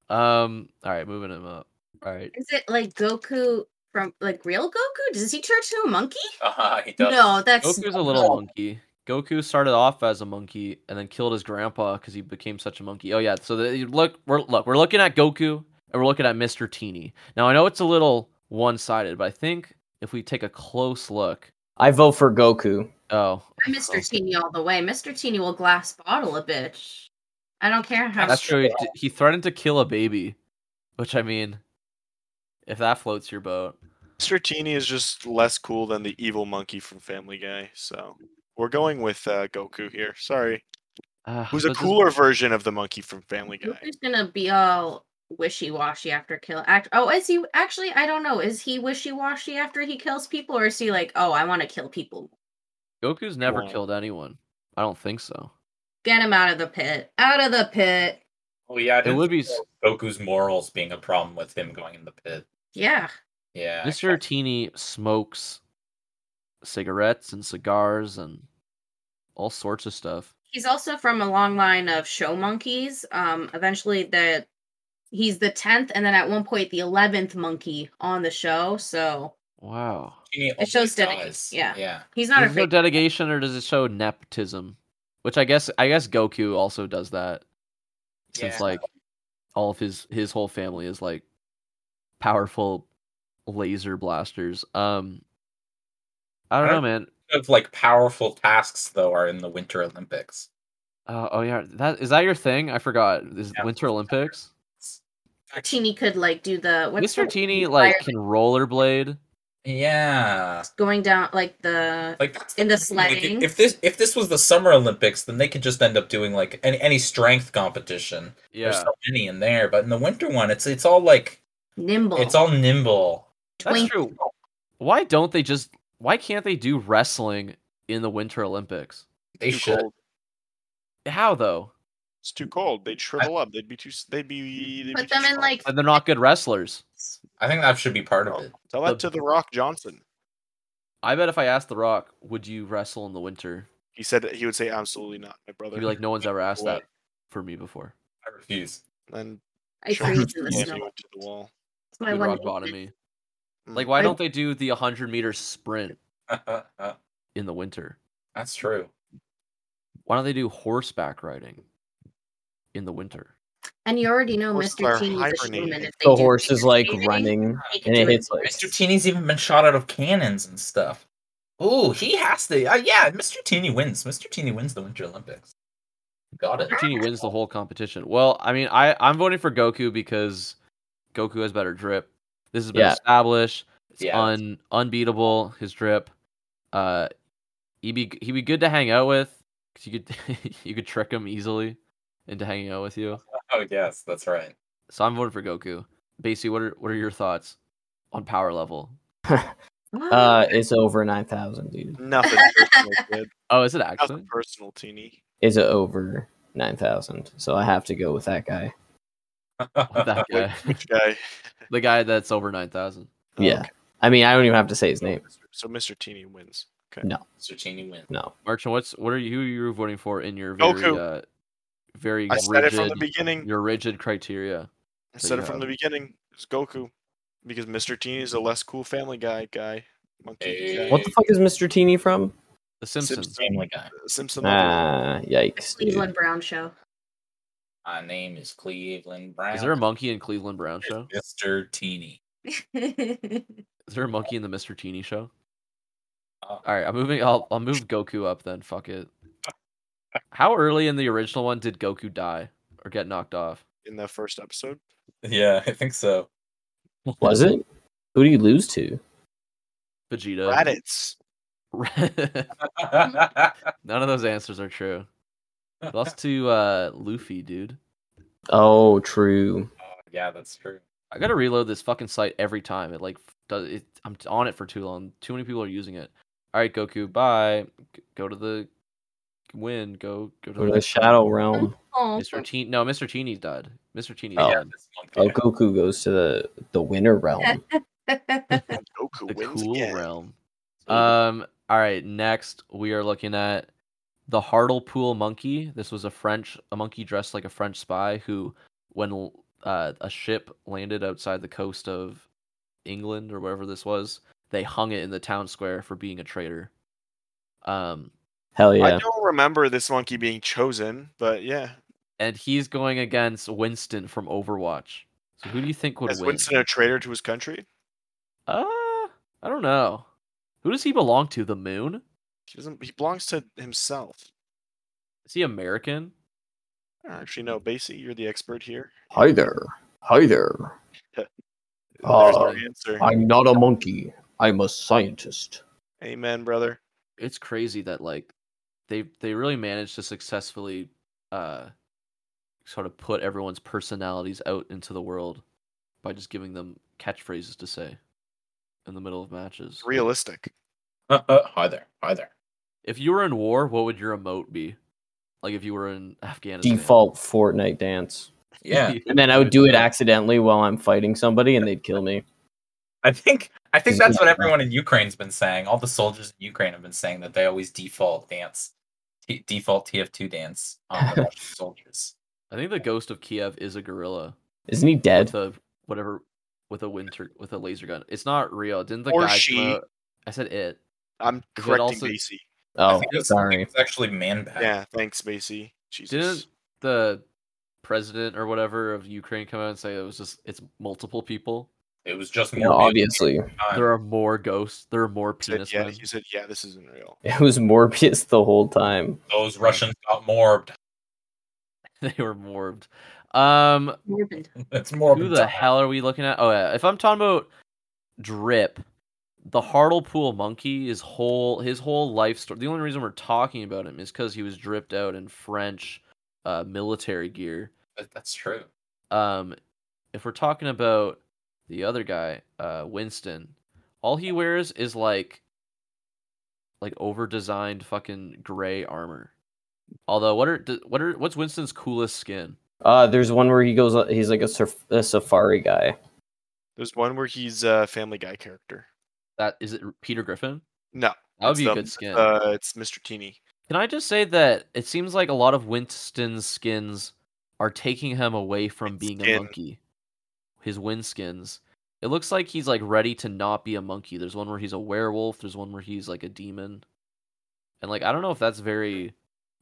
[SPEAKER 2] Um. All right, moving him up. All right.
[SPEAKER 6] Is it like Goku from like real Goku? Does he turn into a monkey?
[SPEAKER 5] Uh-huh, he does.
[SPEAKER 6] No, that's
[SPEAKER 2] Goku's a little monkey. Goku started off as a monkey and then killed his grandpa because he became such a monkey. Oh yeah, so the, you look, we're look, we're looking at Goku and we're looking at Mr. Teeny. Now I know it's a little one-sided, but I think if we take a close look,
[SPEAKER 3] I vote for Goku.
[SPEAKER 2] oh,
[SPEAKER 6] I'm Mr. Teeny all the way. Mr. Teeny will glass bottle a bitch. I don't care how.
[SPEAKER 2] that's true. He, d- he threatened to kill a baby, which I mean, if that floats your boat,
[SPEAKER 4] Stratini is just less cool than the evil monkey from Family Guy, so we're going with uh, Goku here. Sorry,
[SPEAKER 2] uh,
[SPEAKER 4] who's a
[SPEAKER 2] but this-
[SPEAKER 4] cooler version of the monkey from Family Guy?
[SPEAKER 6] Goku's gonna be all wishy washy after kill. Act- oh, is he actually? I don't know. Is he wishy washy after he kills people, or is he like, oh, I want to kill people?
[SPEAKER 2] Goku's never
[SPEAKER 4] Wow.
[SPEAKER 2] killed anyone. I don't think so.
[SPEAKER 6] Get him out of the pit. Out of the pit.
[SPEAKER 5] Oh yeah, I
[SPEAKER 2] It
[SPEAKER 5] didn't
[SPEAKER 2] would be
[SPEAKER 5] think about Goku's morals being a problem with him going in the pit.
[SPEAKER 6] Yeah.
[SPEAKER 5] Yeah, I
[SPEAKER 2] Mr.
[SPEAKER 5] guess.
[SPEAKER 2] Teeny smokes cigarettes and cigars and all sorts of stuff.
[SPEAKER 6] He's also from a long line of show monkeys. Um, eventually, the he's the tenth, and then at one point the eleventh monkey on the show. So
[SPEAKER 2] Wow.
[SPEAKER 5] He
[SPEAKER 6] It shows
[SPEAKER 5] always
[SPEAKER 6] dedication,
[SPEAKER 5] dies.
[SPEAKER 6] yeah.
[SPEAKER 5] yeah.
[SPEAKER 6] he's not
[SPEAKER 2] There's no
[SPEAKER 6] afraid.
[SPEAKER 2] dedication or does it show nepotism? Which I guess I guess Goku also does that. Since
[SPEAKER 5] Yeah.
[SPEAKER 2] like all of his his whole family is like powerful laser blasters. Um I don't know, man.
[SPEAKER 5] Of like powerful tasks though are in the Winter Olympics.
[SPEAKER 2] Uh, oh yeah, that is that your thing? I forgot. Is
[SPEAKER 5] Yeah.
[SPEAKER 2] Winter Olympics?
[SPEAKER 6] Teeny could like do the what's
[SPEAKER 2] Mr.
[SPEAKER 6] the,
[SPEAKER 2] Teeny like can rollerblade.
[SPEAKER 5] Yeah.
[SPEAKER 6] going down like the
[SPEAKER 5] Like that's
[SPEAKER 6] In the
[SPEAKER 5] thing, they could-
[SPEAKER 6] sledding.
[SPEAKER 5] if this if this was the Summer Olympics, then they could just end up doing like any, any strength competition.
[SPEAKER 2] Yeah,
[SPEAKER 5] There's so many in there, but in the winter one, it's it's all like
[SPEAKER 6] nimble.
[SPEAKER 5] it's all nimble.
[SPEAKER 2] that's
[SPEAKER 6] twink.
[SPEAKER 2] true. Why don't they just? Why can't they do wrestling in the Winter Olympics?
[SPEAKER 5] They
[SPEAKER 4] Too
[SPEAKER 5] should.
[SPEAKER 4] cold.
[SPEAKER 2] How though?
[SPEAKER 4] It's too cold. They'd shrivel up. They'd be too. s- They'd be. They'd be
[SPEAKER 6] Put
[SPEAKER 4] too
[SPEAKER 6] them in
[SPEAKER 4] strong.
[SPEAKER 6] like
[SPEAKER 2] But they're not good wrestlers.
[SPEAKER 5] I think that should be part of
[SPEAKER 4] Oh,
[SPEAKER 5] it.
[SPEAKER 4] Tell that
[SPEAKER 2] the-
[SPEAKER 4] to The Rock Johnson.
[SPEAKER 2] I bet if I asked The Rock, "Would you wrestle in the winter?"
[SPEAKER 4] He said he would say absolutely not, my brother.
[SPEAKER 2] He'd be like, "No one's ever asked
[SPEAKER 4] What?
[SPEAKER 2] that for me before."
[SPEAKER 5] I refuse.
[SPEAKER 4] Then
[SPEAKER 6] I
[SPEAKER 4] Sure.
[SPEAKER 6] freeze in the
[SPEAKER 4] slam
[SPEAKER 6] snow.
[SPEAKER 4] you into the wall.
[SPEAKER 6] That's my
[SPEAKER 2] Good
[SPEAKER 6] one.
[SPEAKER 2] rock bottom me.
[SPEAKER 4] Mm.
[SPEAKER 2] Like, why
[SPEAKER 6] I-
[SPEAKER 2] don't they do the 100 meter sprint in the winter?
[SPEAKER 5] that's true.
[SPEAKER 2] Why don't they do horseback riding in the winter?
[SPEAKER 6] And you already know
[SPEAKER 4] Horses
[SPEAKER 6] Mr.
[SPEAKER 4] are
[SPEAKER 6] Teeny is a
[SPEAKER 4] hibernating.
[SPEAKER 6] human. If they
[SPEAKER 3] The
[SPEAKER 6] do
[SPEAKER 3] horse is like
[SPEAKER 6] anything,
[SPEAKER 3] running
[SPEAKER 6] they
[SPEAKER 3] and
[SPEAKER 6] can
[SPEAKER 3] it
[SPEAKER 6] do it.
[SPEAKER 3] hits like
[SPEAKER 5] Mr. Teeny's even been shot out of cannons and stuff. Ooh, he has to. Uh, yeah, Mr. Teeny wins. Mr. Teeny wins the Winter Olympics. Got it.
[SPEAKER 2] Teeny wins the whole competition. Well, I mean, I I'm voting for Goku because Goku has better drip. This has been
[SPEAKER 3] Yeah.
[SPEAKER 2] established. It's
[SPEAKER 5] Yeah.
[SPEAKER 2] un unbeatable. His drip. Uh, he'd be he'd be good to hang out with 'cause you could you could trick him easily into hanging out with you.
[SPEAKER 5] Oh yes, that's right.
[SPEAKER 2] So I'm voting for Goku. Basie, what are what are your thoughts on power level?
[SPEAKER 6] Ah,
[SPEAKER 3] uh it's over 9000 dude.
[SPEAKER 4] Nothing personal, kid.
[SPEAKER 2] Oh, is it actually?
[SPEAKER 4] Nothing personal, teeny.
[SPEAKER 3] Is it over 9000? So I have to go with that guy.
[SPEAKER 2] That guy,
[SPEAKER 4] Which guy?
[SPEAKER 2] the guy that's over nine thousand.
[SPEAKER 4] Oh,
[SPEAKER 3] Yeah.
[SPEAKER 4] okay.
[SPEAKER 3] I mean, I don't even have to say his name.
[SPEAKER 4] So Mr. Teeny wins.
[SPEAKER 5] Mr. Teeny wins.
[SPEAKER 3] No.
[SPEAKER 2] Merchant, what's what are you you voting for in your very
[SPEAKER 4] Goku.
[SPEAKER 2] uh, very
[SPEAKER 4] I
[SPEAKER 2] rigid
[SPEAKER 4] said it from the beginning.
[SPEAKER 2] your rigid criteria?
[SPEAKER 4] I
[SPEAKER 2] So
[SPEAKER 4] said
[SPEAKER 2] you
[SPEAKER 4] it from
[SPEAKER 2] have-
[SPEAKER 4] the beginning. It's Goku. Because Mr. Teeny is a less cool family guy guy. Monkey
[SPEAKER 5] Hey.
[SPEAKER 4] guy.
[SPEAKER 3] What the fuck is Mr. Teeny from?
[SPEAKER 2] The Simpsons.
[SPEAKER 4] Simpsons.
[SPEAKER 5] Family guy.
[SPEAKER 4] Simpson level.
[SPEAKER 3] Ah, yikes. dude.
[SPEAKER 6] Cleveland Brown show.
[SPEAKER 5] My name is Cleveland Brown.
[SPEAKER 2] Is there a monkey in Cleveland Brown show?
[SPEAKER 5] Mr. Teeny?
[SPEAKER 2] Is there a monkey in the Mr. Teeny show?
[SPEAKER 5] Uh,
[SPEAKER 2] All right, I'm moving. I'll I'll move Goku up then. Fuck it. How early in the original one did Goku die or get knocked off?
[SPEAKER 4] in the first episode.
[SPEAKER 5] Yeah, I think so.
[SPEAKER 3] Was it? Who do you lose to?
[SPEAKER 2] Vegeta.
[SPEAKER 4] Raditz.
[SPEAKER 2] None of those answers are true. He Lost to uh, Luffy, dude.
[SPEAKER 3] Oh, true.
[SPEAKER 5] yeah, that's true.
[SPEAKER 2] I gotta reload this fucking site every time. It like f- does it. I'm t- on it for too long. Too many people are using it. All right, Goku, bye. G- go to the win. Go go to
[SPEAKER 3] Or the
[SPEAKER 2] next one.
[SPEAKER 3] Shadow Realm.
[SPEAKER 6] Oh,
[SPEAKER 2] Mr. Teen. No, Mr. Teeny's died. Mr. Teeny's
[SPEAKER 3] Oh.
[SPEAKER 5] Yeah,
[SPEAKER 2] dead.
[SPEAKER 5] this monkey.
[SPEAKER 3] Oh, Goku goes to the the Winter Realm.
[SPEAKER 4] And Goku
[SPEAKER 2] The
[SPEAKER 4] wins
[SPEAKER 2] cool
[SPEAKER 4] again.
[SPEAKER 2] realm. Um. All right. Next, we are looking at the Hartlepool monkey. This was a French, a monkey dressed like a French spy who, when l- uh, a ship landed outside the coast of England or wherever this was, they hung it in the town square for being a traitor. Um.
[SPEAKER 3] Hell
[SPEAKER 4] I
[SPEAKER 3] yeah.
[SPEAKER 4] don't remember this monkey being chosen, but yeah.
[SPEAKER 2] And he's going against Winston from Overwatch. So who do you think would
[SPEAKER 4] Is
[SPEAKER 2] win?
[SPEAKER 4] Winston a traitor to his country?
[SPEAKER 2] Uh, I don't know. Who does he belong to? The moon?
[SPEAKER 4] He doesn't. He belongs to himself.
[SPEAKER 2] Is he American?
[SPEAKER 4] I don't actually
[SPEAKER 2] Hmm.
[SPEAKER 4] know. Basie, you're the expert here.
[SPEAKER 3] Hi there. Hi there.
[SPEAKER 4] There's
[SPEAKER 3] Uh,
[SPEAKER 4] no answer.
[SPEAKER 3] I'm not a monkey. I'm a scientist.
[SPEAKER 4] Amen, brother.
[SPEAKER 2] It's crazy that like they they really managed to successfully uh sort of put everyone's personalities out into the world by just giving them catchphrases to say in the middle of matches.
[SPEAKER 4] It's realistic.
[SPEAKER 5] hi there. Hi there.
[SPEAKER 2] If you were in war, what would your emote be? Like if you were in Afghanistan.
[SPEAKER 3] Default Fortnite dance.
[SPEAKER 5] Yeah.
[SPEAKER 3] And then I would do it accidentally while I'm fighting somebody and they'd kill me.
[SPEAKER 5] I think I think
[SPEAKER 3] Is
[SPEAKER 5] that's
[SPEAKER 3] it-
[SPEAKER 5] what everyone in Ukraine's been saying. All the soldiers in Ukraine have been saying that they always default dance, t- default TF2 dance on the Russian soldiers.
[SPEAKER 2] I think the ghost of Kiev is a gorilla.
[SPEAKER 3] Isn't he dead?
[SPEAKER 2] with a whatever with a winter with a laser gun. It's not real. Didn't the
[SPEAKER 4] Or
[SPEAKER 2] guy come
[SPEAKER 4] she.
[SPEAKER 2] out- I said it.
[SPEAKER 4] I'm
[SPEAKER 2] Is it
[SPEAKER 4] correcting
[SPEAKER 2] also-
[SPEAKER 4] Basie.
[SPEAKER 5] I
[SPEAKER 3] Oh,
[SPEAKER 5] think it was- I think
[SPEAKER 3] sorry.
[SPEAKER 5] It's actually man back.
[SPEAKER 4] Yeah, thanks, Basie. Jesus.
[SPEAKER 2] Didn't the president or whatever of Ukraine come out and say it was just it's multiple people?
[SPEAKER 5] It was just more
[SPEAKER 3] Yeah,
[SPEAKER 5] people
[SPEAKER 3] obviously.
[SPEAKER 5] at the time.
[SPEAKER 2] There are more ghosts. There are more
[SPEAKER 4] He said,
[SPEAKER 2] penis
[SPEAKER 4] yeah,
[SPEAKER 2] men.
[SPEAKER 4] he said, yeah, this isn't real.
[SPEAKER 3] It was Morbius the whole time.
[SPEAKER 5] Those Russians got morbed.
[SPEAKER 2] they were morbed. Um,
[SPEAKER 6] Morbid.
[SPEAKER 5] It's more.
[SPEAKER 2] Who the hell are we looking at? Oh yeah, if I'm talking about Drip, the Hartlepool monkey, his whole his whole life story. The only reason we're talking about him is because he was dripped out in French uh, military gear.
[SPEAKER 5] That's true.
[SPEAKER 2] Um, if we're talking about the other guy, uh, Winston, all he wears is like like over designed fucking gray armor. Although, what are d- what are what's Winston's coolest skin?
[SPEAKER 3] Uh, there's one where he goes. He's like a, surf, a safari guy.
[SPEAKER 4] There's one where he's a Family Guy character.
[SPEAKER 2] That is it, Peter Griffin.
[SPEAKER 4] No,
[SPEAKER 2] That would
[SPEAKER 4] it's
[SPEAKER 2] be
[SPEAKER 4] the-
[SPEAKER 2] a good skin.
[SPEAKER 4] Uh, it's Mr. Teeny.
[SPEAKER 2] Can I just say that it seems like a lot of Winston's skins are taking him away from being a
[SPEAKER 4] Skin.
[SPEAKER 2] monkey. His win skins. It looks like he's like ready to not be a monkey. There's one where he's a werewolf, there's one where he's like a demon. And like I don't know if that's very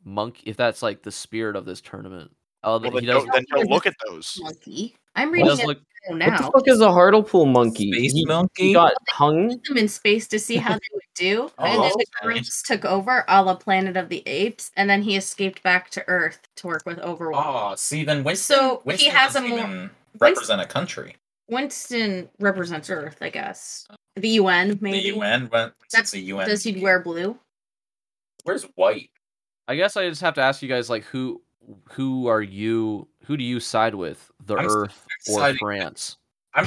[SPEAKER 2] monk if that's like the spirit of this tournament. Oh,
[SPEAKER 4] Well,
[SPEAKER 2] but
[SPEAKER 4] then
[SPEAKER 2] he
[SPEAKER 4] don't,
[SPEAKER 2] doesn't
[SPEAKER 4] then don't look at those.
[SPEAKER 6] Monkey. I'm
[SPEAKER 2] he
[SPEAKER 6] reading
[SPEAKER 2] does
[SPEAKER 6] it
[SPEAKER 2] look
[SPEAKER 3] What the
[SPEAKER 6] now.
[SPEAKER 3] fuck is a Hartlepool monkey?
[SPEAKER 5] Space
[SPEAKER 3] he,
[SPEAKER 5] monkey.
[SPEAKER 3] he got hung.
[SPEAKER 6] Put them in space to see how they would do,
[SPEAKER 3] Oh,
[SPEAKER 6] and then the
[SPEAKER 5] okay.
[SPEAKER 6] Grimms took over, a la Planet of the Apes, and then he escaped back to Earth to work with Overwatch.
[SPEAKER 5] Oh, see, then Winston.
[SPEAKER 6] So, he
[SPEAKER 5] Winston
[SPEAKER 6] has a
[SPEAKER 5] doesn't
[SPEAKER 6] more-
[SPEAKER 5] even represent a country.
[SPEAKER 6] Winston represents Earth, I guess. The UN, maybe.
[SPEAKER 5] The UN. When,
[SPEAKER 6] That's-
[SPEAKER 5] That's the UN.
[SPEAKER 6] Does he wear blue?
[SPEAKER 5] Where's white?
[SPEAKER 2] I guess I just have to ask you guys like who who are you who do you side with? The
[SPEAKER 5] I'm s-
[SPEAKER 2] Earth or
[SPEAKER 5] siding-
[SPEAKER 2] France?
[SPEAKER 5] I'm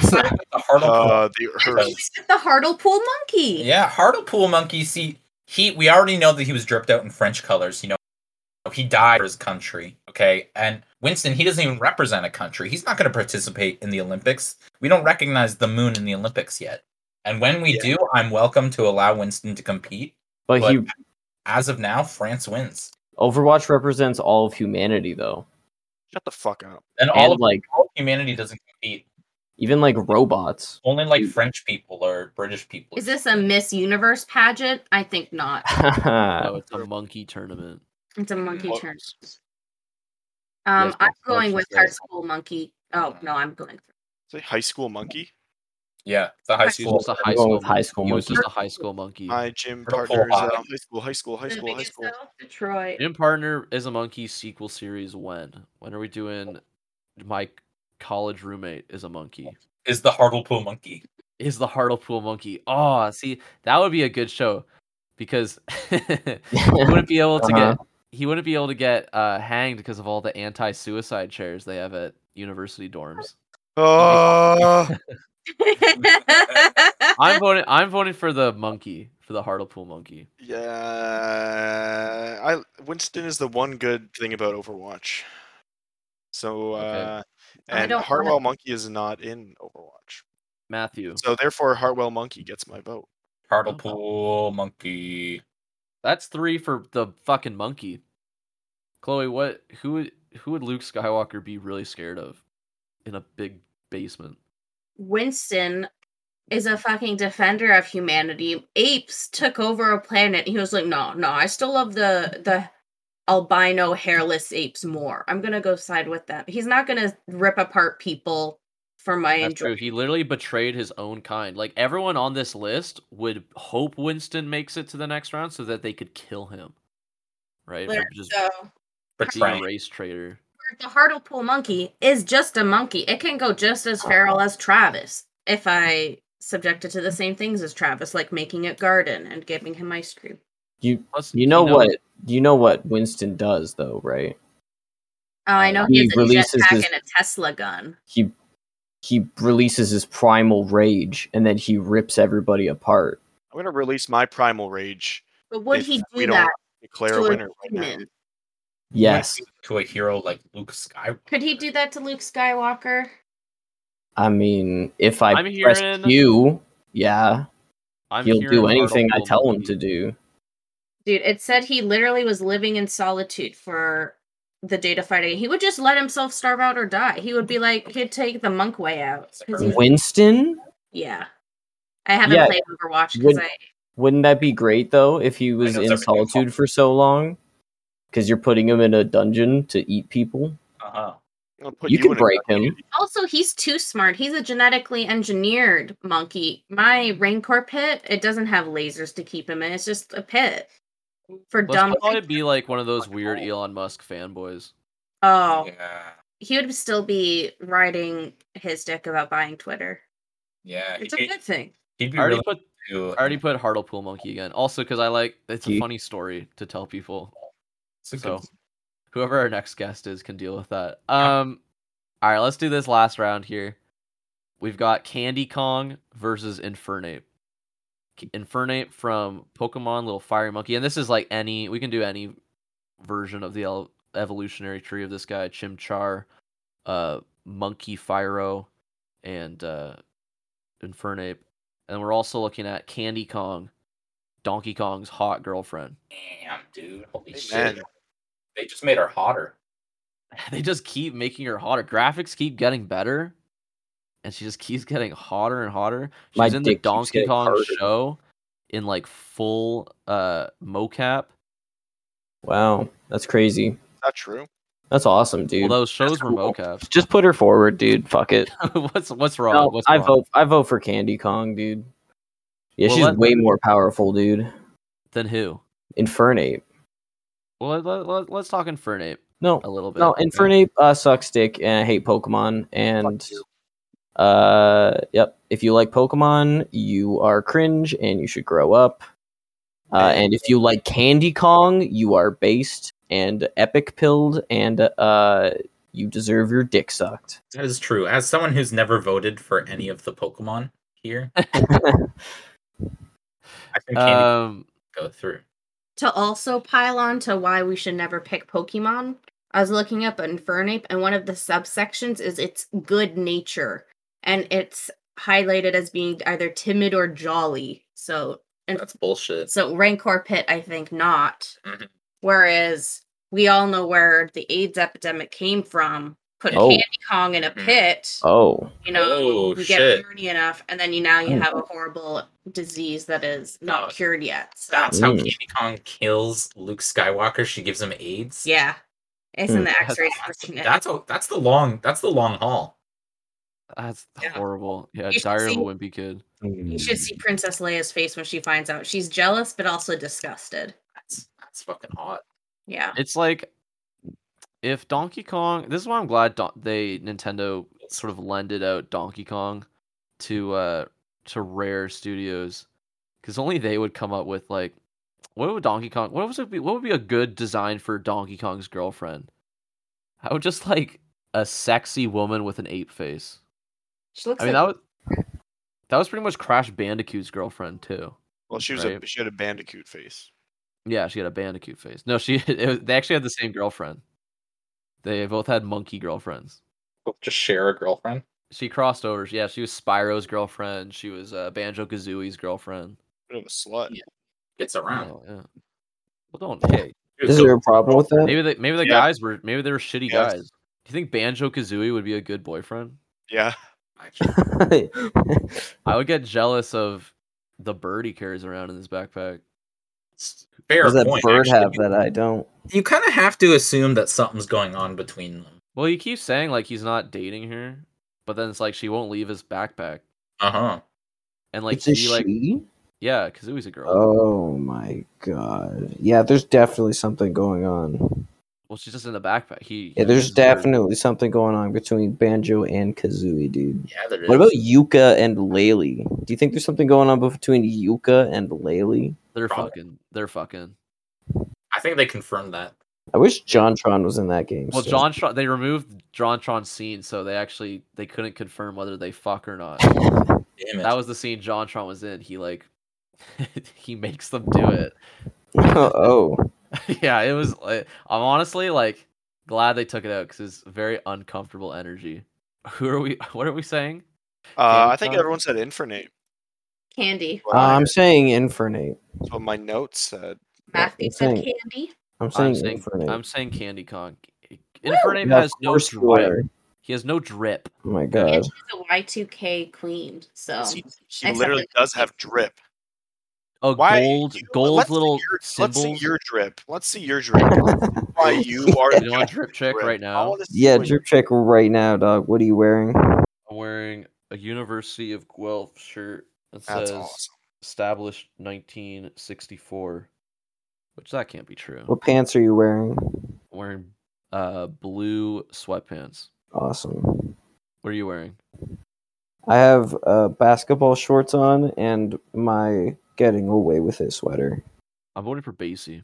[SPEAKER 5] sorry, with the Hartlepool.
[SPEAKER 4] Uh, the Earth.
[SPEAKER 6] He's with the Hartlepool monkey.
[SPEAKER 5] yeah, Hartlepool monkey. See, he. We already know that he was dripped out in French colors. You know, he died for his country. Okay, and Winston, he doesn't even represent a country. He's not going to participate in the Olympics. We don't recognize the moon in the Olympics yet. And when we do, I'm welcome to allow Winston to compete.
[SPEAKER 3] But he
[SPEAKER 5] But- As of now, France wins,
[SPEAKER 3] Overwatch represents all of humanity though,
[SPEAKER 4] Shut the fuck up.
[SPEAKER 5] and
[SPEAKER 3] and
[SPEAKER 5] all of
[SPEAKER 3] like
[SPEAKER 5] all of humanity doesn't compete.
[SPEAKER 3] even like robots.
[SPEAKER 5] Only like
[SPEAKER 3] Dude.
[SPEAKER 5] French people or British people.
[SPEAKER 6] Is this a Miss Universe pageant? I think not.
[SPEAKER 2] Oh, it's a monkey tournament.
[SPEAKER 6] It's a monkey
[SPEAKER 4] Close.
[SPEAKER 6] turn. Um,
[SPEAKER 2] Yes,
[SPEAKER 6] I'm
[SPEAKER 2] that's
[SPEAKER 6] going with
[SPEAKER 2] what she
[SPEAKER 6] high
[SPEAKER 2] said.
[SPEAKER 6] school monkey. Oh no, I'm going.
[SPEAKER 4] Say high school monkey.
[SPEAKER 5] yeah, the high
[SPEAKER 2] He was
[SPEAKER 5] school.
[SPEAKER 2] just a high
[SPEAKER 3] going
[SPEAKER 2] school,
[SPEAKER 3] with high school
[SPEAKER 2] He was
[SPEAKER 3] monkey.
[SPEAKER 2] just a high school monkey.
[SPEAKER 4] My gym
[SPEAKER 5] Purple
[SPEAKER 4] partner is uh,
[SPEAKER 5] eye.
[SPEAKER 4] high school, high school, high
[SPEAKER 6] for
[SPEAKER 4] school, high
[SPEAKER 6] Pacific
[SPEAKER 4] school.
[SPEAKER 6] South, Detroit.
[SPEAKER 2] Gym partner is a monkey sequel series. When? When are we doing? My college roommate is a monkey.
[SPEAKER 5] Is the Hartlepool monkey?
[SPEAKER 2] Is the Hartlepool monkey? Oh, see, that would be a good show because he wouldn't be able to
[SPEAKER 3] Uh-huh.
[SPEAKER 2] get he wouldn't be able to get uh, hanged because of all the anti-suicide chairs they have at university dorms.
[SPEAKER 4] Oh,
[SPEAKER 2] I'm voting. I'm voting for the monkey for the Hartlepool monkey.
[SPEAKER 4] yeah. I Winston is the one good thing about Overwatch. So,
[SPEAKER 2] Okay.
[SPEAKER 4] uh,
[SPEAKER 6] I
[SPEAKER 4] and
[SPEAKER 6] don't wanna-
[SPEAKER 4] Hartwell Monkey is not in Overwatch.
[SPEAKER 2] Matthew,
[SPEAKER 4] So therefore, Hartwell Monkey gets my vote.
[SPEAKER 5] Hartlepool monkey.
[SPEAKER 2] that's three for the fucking monkey. Chloe, what? Who? would- Who would Luke Skywalker be really scared of in a big basement?
[SPEAKER 6] Winston is a fucking defender of humanity. Apes took over a planet. He was like, no, no, I still love the the albino hairless apes more. I'm gonna go side with them. He's not gonna rip apart people for my
[SPEAKER 2] That's true.
[SPEAKER 6] enjoyment.
[SPEAKER 2] He literally betrayed his own kind. Like everyone on this list would hope Winston makes it to the next round so that they could kill him, right? For
[SPEAKER 6] There,
[SPEAKER 2] just
[SPEAKER 6] So
[SPEAKER 2] being a
[SPEAKER 5] Betraying.
[SPEAKER 2] race traitor.
[SPEAKER 6] the Hartlepool monkey is just a monkey. It can go just as feral as Travis if I subject it to the same things as Travis, like making it garden and giving him ice cream.
[SPEAKER 3] You
[SPEAKER 2] Plus,
[SPEAKER 3] you know what you know what Winston does though, right?
[SPEAKER 6] Oh, I know
[SPEAKER 3] He
[SPEAKER 6] he, has a
[SPEAKER 3] releases
[SPEAKER 6] jetpack
[SPEAKER 3] his-
[SPEAKER 6] and a Tesla gun.
[SPEAKER 3] He he releases his primal rage and then he rips everybody apart.
[SPEAKER 4] I'm gonna release my primal rage.
[SPEAKER 6] But would
[SPEAKER 4] if
[SPEAKER 6] he
[SPEAKER 4] we
[SPEAKER 6] do
[SPEAKER 4] don't
[SPEAKER 6] that?
[SPEAKER 4] Declare
[SPEAKER 6] to
[SPEAKER 4] a
[SPEAKER 6] a
[SPEAKER 4] winner right now.
[SPEAKER 6] human?
[SPEAKER 3] Yes,
[SPEAKER 5] to a hero like Luke Skywalker.
[SPEAKER 6] Could he do that to Luke Skywalker?
[SPEAKER 3] I mean if I
[SPEAKER 2] I'm
[SPEAKER 3] press
[SPEAKER 2] hearing-
[SPEAKER 3] Q, yeah,
[SPEAKER 2] I'm
[SPEAKER 3] he'll
[SPEAKER 2] hearing
[SPEAKER 3] do anything I
[SPEAKER 2] Hartlepool
[SPEAKER 3] tell him
[SPEAKER 2] monkey.
[SPEAKER 3] to do.
[SPEAKER 6] Dude, it said he literally was living in solitude for the data fighting. He would just let himself starve out or die. He would be like, he'd take the monk way out. 'cause he's-
[SPEAKER 3] Winston
[SPEAKER 6] yeah. I haven't
[SPEAKER 3] Yeah,
[SPEAKER 6] played Overwatch because
[SPEAKER 3] would-
[SPEAKER 6] I
[SPEAKER 3] Wouldn't that be great though if he was
[SPEAKER 5] know
[SPEAKER 3] in
[SPEAKER 5] it's everything
[SPEAKER 3] solitude for so long? Because you're putting him in a dungeon to eat people.
[SPEAKER 5] Uh huh.
[SPEAKER 4] I'll put
[SPEAKER 3] You could
[SPEAKER 4] in a
[SPEAKER 3] break
[SPEAKER 4] dungeon.
[SPEAKER 6] also he's too smart. He's a genetically engineered monkey. My raincore pit, it doesn't have lasers to keep him in. It's just a pit for
[SPEAKER 2] Let's
[SPEAKER 6] dumb.
[SPEAKER 2] probably be like one of those weird Elon Musk fanboys.
[SPEAKER 6] Oh,
[SPEAKER 5] Yeah.
[SPEAKER 6] he would still be riding his dick about buying Twitter.
[SPEAKER 5] Yeah.
[SPEAKER 6] It's
[SPEAKER 5] he-
[SPEAKER 6] a good thing.
[SPEAKER 5] He'd be
[SPEAKER 2] I already
[SPEAKER 5] really
[SPEAKER 2] put
[SPEAKER 5] cool.
[SPEAKER 2] I already put Hartle Pool Monkey again. Also, because I like it's a
[SPEAKER 3] Ye-
[SPEAKER 2] funny story to tell people.
[SPEAKER 5] It's a good-
[SPEAKER 2] So, whoever our next guest is can deal with that. Um, all right, let's do this last round here. We've got Candy Kong versus Infernape. K- Infernape from Pokemon Little Fire Monkey, and this is like any we can do any version of the el- evolutionary tree of this guy Chimchar, uh, Monkey Fyro, and uh, Infernape, and we're also looking at Candy Kong, Donkey Kong's hot girlfriend.
[SPEAKER 5] Damn, dude. Holy shit.
[SPEAKER 4] Amen.
[SPEAKER 5] They just made her hotter.
[SPEAKER 2] they just keep making her hotter. Graphics keep getting better, and she just keeps getting hotter and hotter. She's
[SPEAKER 3] My
[SPEAKER 2] in
[SPEAKER 3] dick
[SPEAKER 2] the
[SPEAKER 3] keeps
[SPEAKER 2] Donkey
[SPEAKER 3] getting
[SPEAKER 2] Kong
[SPEAKER 3] harder.
[SPEAKER 2] show in like full uh mocap.
[SPEAKER 3] Wow, that's crazy.
[SPEAKER 4] Not true.
[SPEAKER 3] That's awesome, dude.
[SPEAKER 2] well, those shows
[SPEAKER 3] that's
[SPEAKER 2] were
[SPEAKER 3] cool.
[SPEAKER 2] mocap.
[SPEAKER 3] Just put her forward, dude. Fuck it.
[SPEAKER 2] what's what's wrong?
[SPEAKER 3] No,
[SPEAKER 2] what's
[SPEAKER 3] I
[SPEAKER 2] wrong?
[SPEAKER 3] vote. I vote for Candy Kong, dude. Yeah,
[SPEAKER 2] Well,
[SPEAKER 3] she's
[SPEAKER 2] let-
[SPEAKER 3] way more powerful, dude.
[SPEAKER 2] Then who?
[SPEAKER 3] Infernape.
[SPEAKER 2] Well, let, let, us talk Infernape
[SPEAKER 3] No,
[SPEAKER 2] a little bit.
[SPEAKER 3] no. Infernape uh, sucks dick, and I hate Pokemon. And
[SPEAKER 4] Fuck you.
[SPEAKER 3] uh, yep. If you like Pokemon, you are cringe, and you should grow up. Uh, and if you like Candy Kong, you are based and epic pilled, and uh, you deserve your dick sucked.
[SPEAKER 5] That is true. As someone who's never voted for any of the Pokemon here, I think Candy
[SPEAKER 2] Um,
[SPEAKER 5] can go through.
[SPEAKER 6] To also pile on to why we should never pick Pokemon, I was looking up Infernape, and one of the subsections is its good nature, and it's highlighted as being either timid or jolly. So, and
[SPEAKER 5] That's bullshit.
[SPEAKER 6] so Rancor Pit, I think not.
[SPEAKER 5] Mhm.
[SPEAKER 6] Whereas we all know where the AIDS epidemic came from. Put
[SPEAKER 3] Oh.
[SPEAKER 6] Candy Kong in a
[SPEAKER 5] Mhm.
[SPEAKER 6] pit.
[SPEAKER 3] Oh,
[SPEAKER 6] you know
[SPEAKER 5] Oh,
[SPEAKER 6] you
[SPEAKER 5] shit.
[SPEAKER 6] get horny enough and then you now you
[SPEAKER 3] Mm.
[SPEAKER 6] have a horrible disease that is not
[SPEAKER 5] Oh.
[SPEAKER 6] cured yet so
[SPEAKER 5] That's how
[SPEAKER 3] Mm.
[SPEAKER 5] Candy Kong kills Luke Skywalker. She gives him AIDS.
[SPEAKER 6] yeah it's
[SPEAKER 3] Mm.
[SPEAKER 6] in the x-rays
[SPEAKER 5] That's,
[SPEAKER 6] version.
[SPEAKER 5] that's a, that's the long that's the long haul.
[SPEAKER 2] that's
[SPEAKER 6] Yeah.
[SPEAKER 2] horrible. Yeah,
[SPEAKER 6] You should
[SPEAKER 2] Diary of a
[SPEAKER 6] see-
[SPEAKER 2] Wimpy Kid.
[SPEAKER 6] you should see princess leia's face when she finds out she's jealous but also disgusted
[SPEAKER 5] That's that's fucking hot.
[SPEAKER 6] yeah
[SPEAKER 2] It's like if Donkey Kong. This is why I'm glad Don- they Nintendo sort of lended out Donkey Kong to uh to Rare Studios because only they would come up with like what would Donkey Kong what was it be, what would be a good design for Donkey Kong's girlfriend? I would just like a sexy woman with an ape face.
[SPEAKER 6] she looks
[SPEAKER 2] I mean that
[SPEAKER 6] like
[SPEAKER 2] was that was pretty much Crash Bandicoot's girlfriend too.
[SPEAKER 4] Well, she was a,
[SPEAKER 2] Right.
[SPEAKER 4] she had a bandicoot face.
[SPEAKER 2] Yeah, she had a bandicoot face. No, she it was, they actually had the same girlfriend. They both had monkey girlfriends.
[SPEAKER 5] Just share a girlfriend.
[SPEAKER 2] She crossed over. Yeah, she was Spyro's girlfriend. She was uh, Banjo Kazooie's girlfriend.
[SPEAKER 4] Bit of a slut.
[SPEAKER 5] Yeah. Gets around.
[SPEAKER 2] Oh, yeah. Well, don't. Hey,
[SPEAKER 3] is there a problem with that?
[SPEAKER 2] maybe they, maybe the
[SPEAKER 4] Yeah.
[SPEAKER 2] guys were maybe they were shitty
[SPEAKER 4] Yes.
[SPEAKER 2] guys. Do you think Banjo Kazooie would be a good boyfriend?
[SPEAKER 4] Yeah.
[SPEAKER 2] I would get jealous of the bird he carries around in his backpack.
[SPEAKER 5] Fair
[SPEAKER 3] Does that
[SPEAKER 5] point.
[SPEAKER 3] bird
[SPEAKER 5] actually.
[SPEAKER 3] have that I don't?
[SPEAKER 5] You kind of have to assume that something's going on between them.
[SPEAKER 2] Well, he keeps saying like he's not dating her, but then it's like she won't leave his backpack,
[SPEAKER 5] Uh huh.
[SPEAKER 2] and like
[SPEAKER 3] it's a
[SPEAKER 2] he like
[SPEAKER 3] she?
[SPEAKER 2] yeah, Kazooie's a girl.
[SPEAKER 3] Oh my god. Yeah, there's definitely something going on.
[SPEAKER 2] Well, she's just in the backpack. He
[SPEAKER 3] Yeah, there's
[SPEAKER 2] he's her-
[SPEAKER 3] definitely something going on between Banjo and Kazooie, dude.
[SPEAKER 5] Yeah, there is.
[SPEAKER 3] What about Yuka and Laylee? Do you think there's something going on between Yuka and Laylee?
[SPEAKER 2] They're
[SPEAKER 5] Probably.
[SPEAKER 2] fucking. They're fucking.
[SPEAKER 5] I think they confirmed that.
[SPEAKER 3] I wish Jontron was in that game.
[SPEAKER 2] Well,
[SPEAKER 3] still.
[SPEAKER 2] John Tron, they removed John Tron's scene, so they actually they couldn't confirm whether they fuck or not.
[SPEAKER 5] Damn it.
[SPEAKER 2] that was the scene John Tron was in. He like he makes them do it.
[SPEAKER 3] oh,
[SPEAKER 2] yeah, it was. like- I'm honestly like glad they took it out because it's very uncomfortable energy. Who are we? What are we saying?
[SPEAKER 4] Uh, I think
[SPEAKER 6] Um,
[SPEAKER 2] Kong.
[SPEAKER 4] everyone said Infernape.
[SPEAKER 6] candy
[SPEAKER 4] Well,
[SPEAKER 3] I'm saying Infernate.
[SPEAKER 4] That's what my notes said.
[SPEAKER 6] matthew said
[SPEAKER 3] insane.
[SPEAKER 6] candy
[SPEAKER 3] I'm saying,
[SPEAKER 2] I'm saying
[SPEAKER 3] Infernate.
[SPEAKER 2] I'm saying Candy Kong. Infernape
[SPEAKER 3] Yeah,
[SPEAKER 2] has no
[SPEAKER 3] first
[SPEAKER 2] drip.
[SPEAKER 3] swear.
[SPEAKER 2] He has no drip.
[SPEAKER 3] Oh my
[SPEAKER 6] and
[SPEAKER 3] god.
[SPEAKER 6] she's a y2k queen so
[SPEAKER 4] He, he
[SPEAKER 6] Except
[SPEAKER 4] literally
[SPEAKER 6] that-
[SPEAKER 4] does have drip.
[SPEAKER 2] A
[SPEAKER 4] Why
[SPEAKER 2] gold,
[SPEAKER 4] you-
[SPEAKER 2] gold
[SPEAKER 4] let's see
[SPEAKER 2] little
[SPEAKER 4] your- Let's see
[SPEAKER 2] symbol.
[SPEAKER 4] your drip. Let's see your drip. Why you are
[SPEAKER 2] You know, a drip check right
[SPEAKER 4] I
[SPEAKER 2] now.
[SPEAKER 4] wanna see
[SPEAKER 3] Yeah,
[SPEAKER 4] what
[SPEAKER 3] drip check right now, dog. What are you wearing?
[SPEAKER 2] I'm wearing a University of Guelph shirt that
[SPEAKER 4] That's
[SPEAKER 2] says
[SPEAKER 4] awesome.
[SPEAKER 2] established 1964, which that can't be true.
[SPEAKER 3] What pants are you wearing?
[SPEAKER 2] I'm wearing uh, blue sweatpants.
[SPEAKER 3] Awesome.
[SPEAKER 2] What are you wearing?
[SPEAKER 3] I have uh, basketball shorts on and my getting away with it sweater.
[SPEAKER 2] I'm voting for Basie.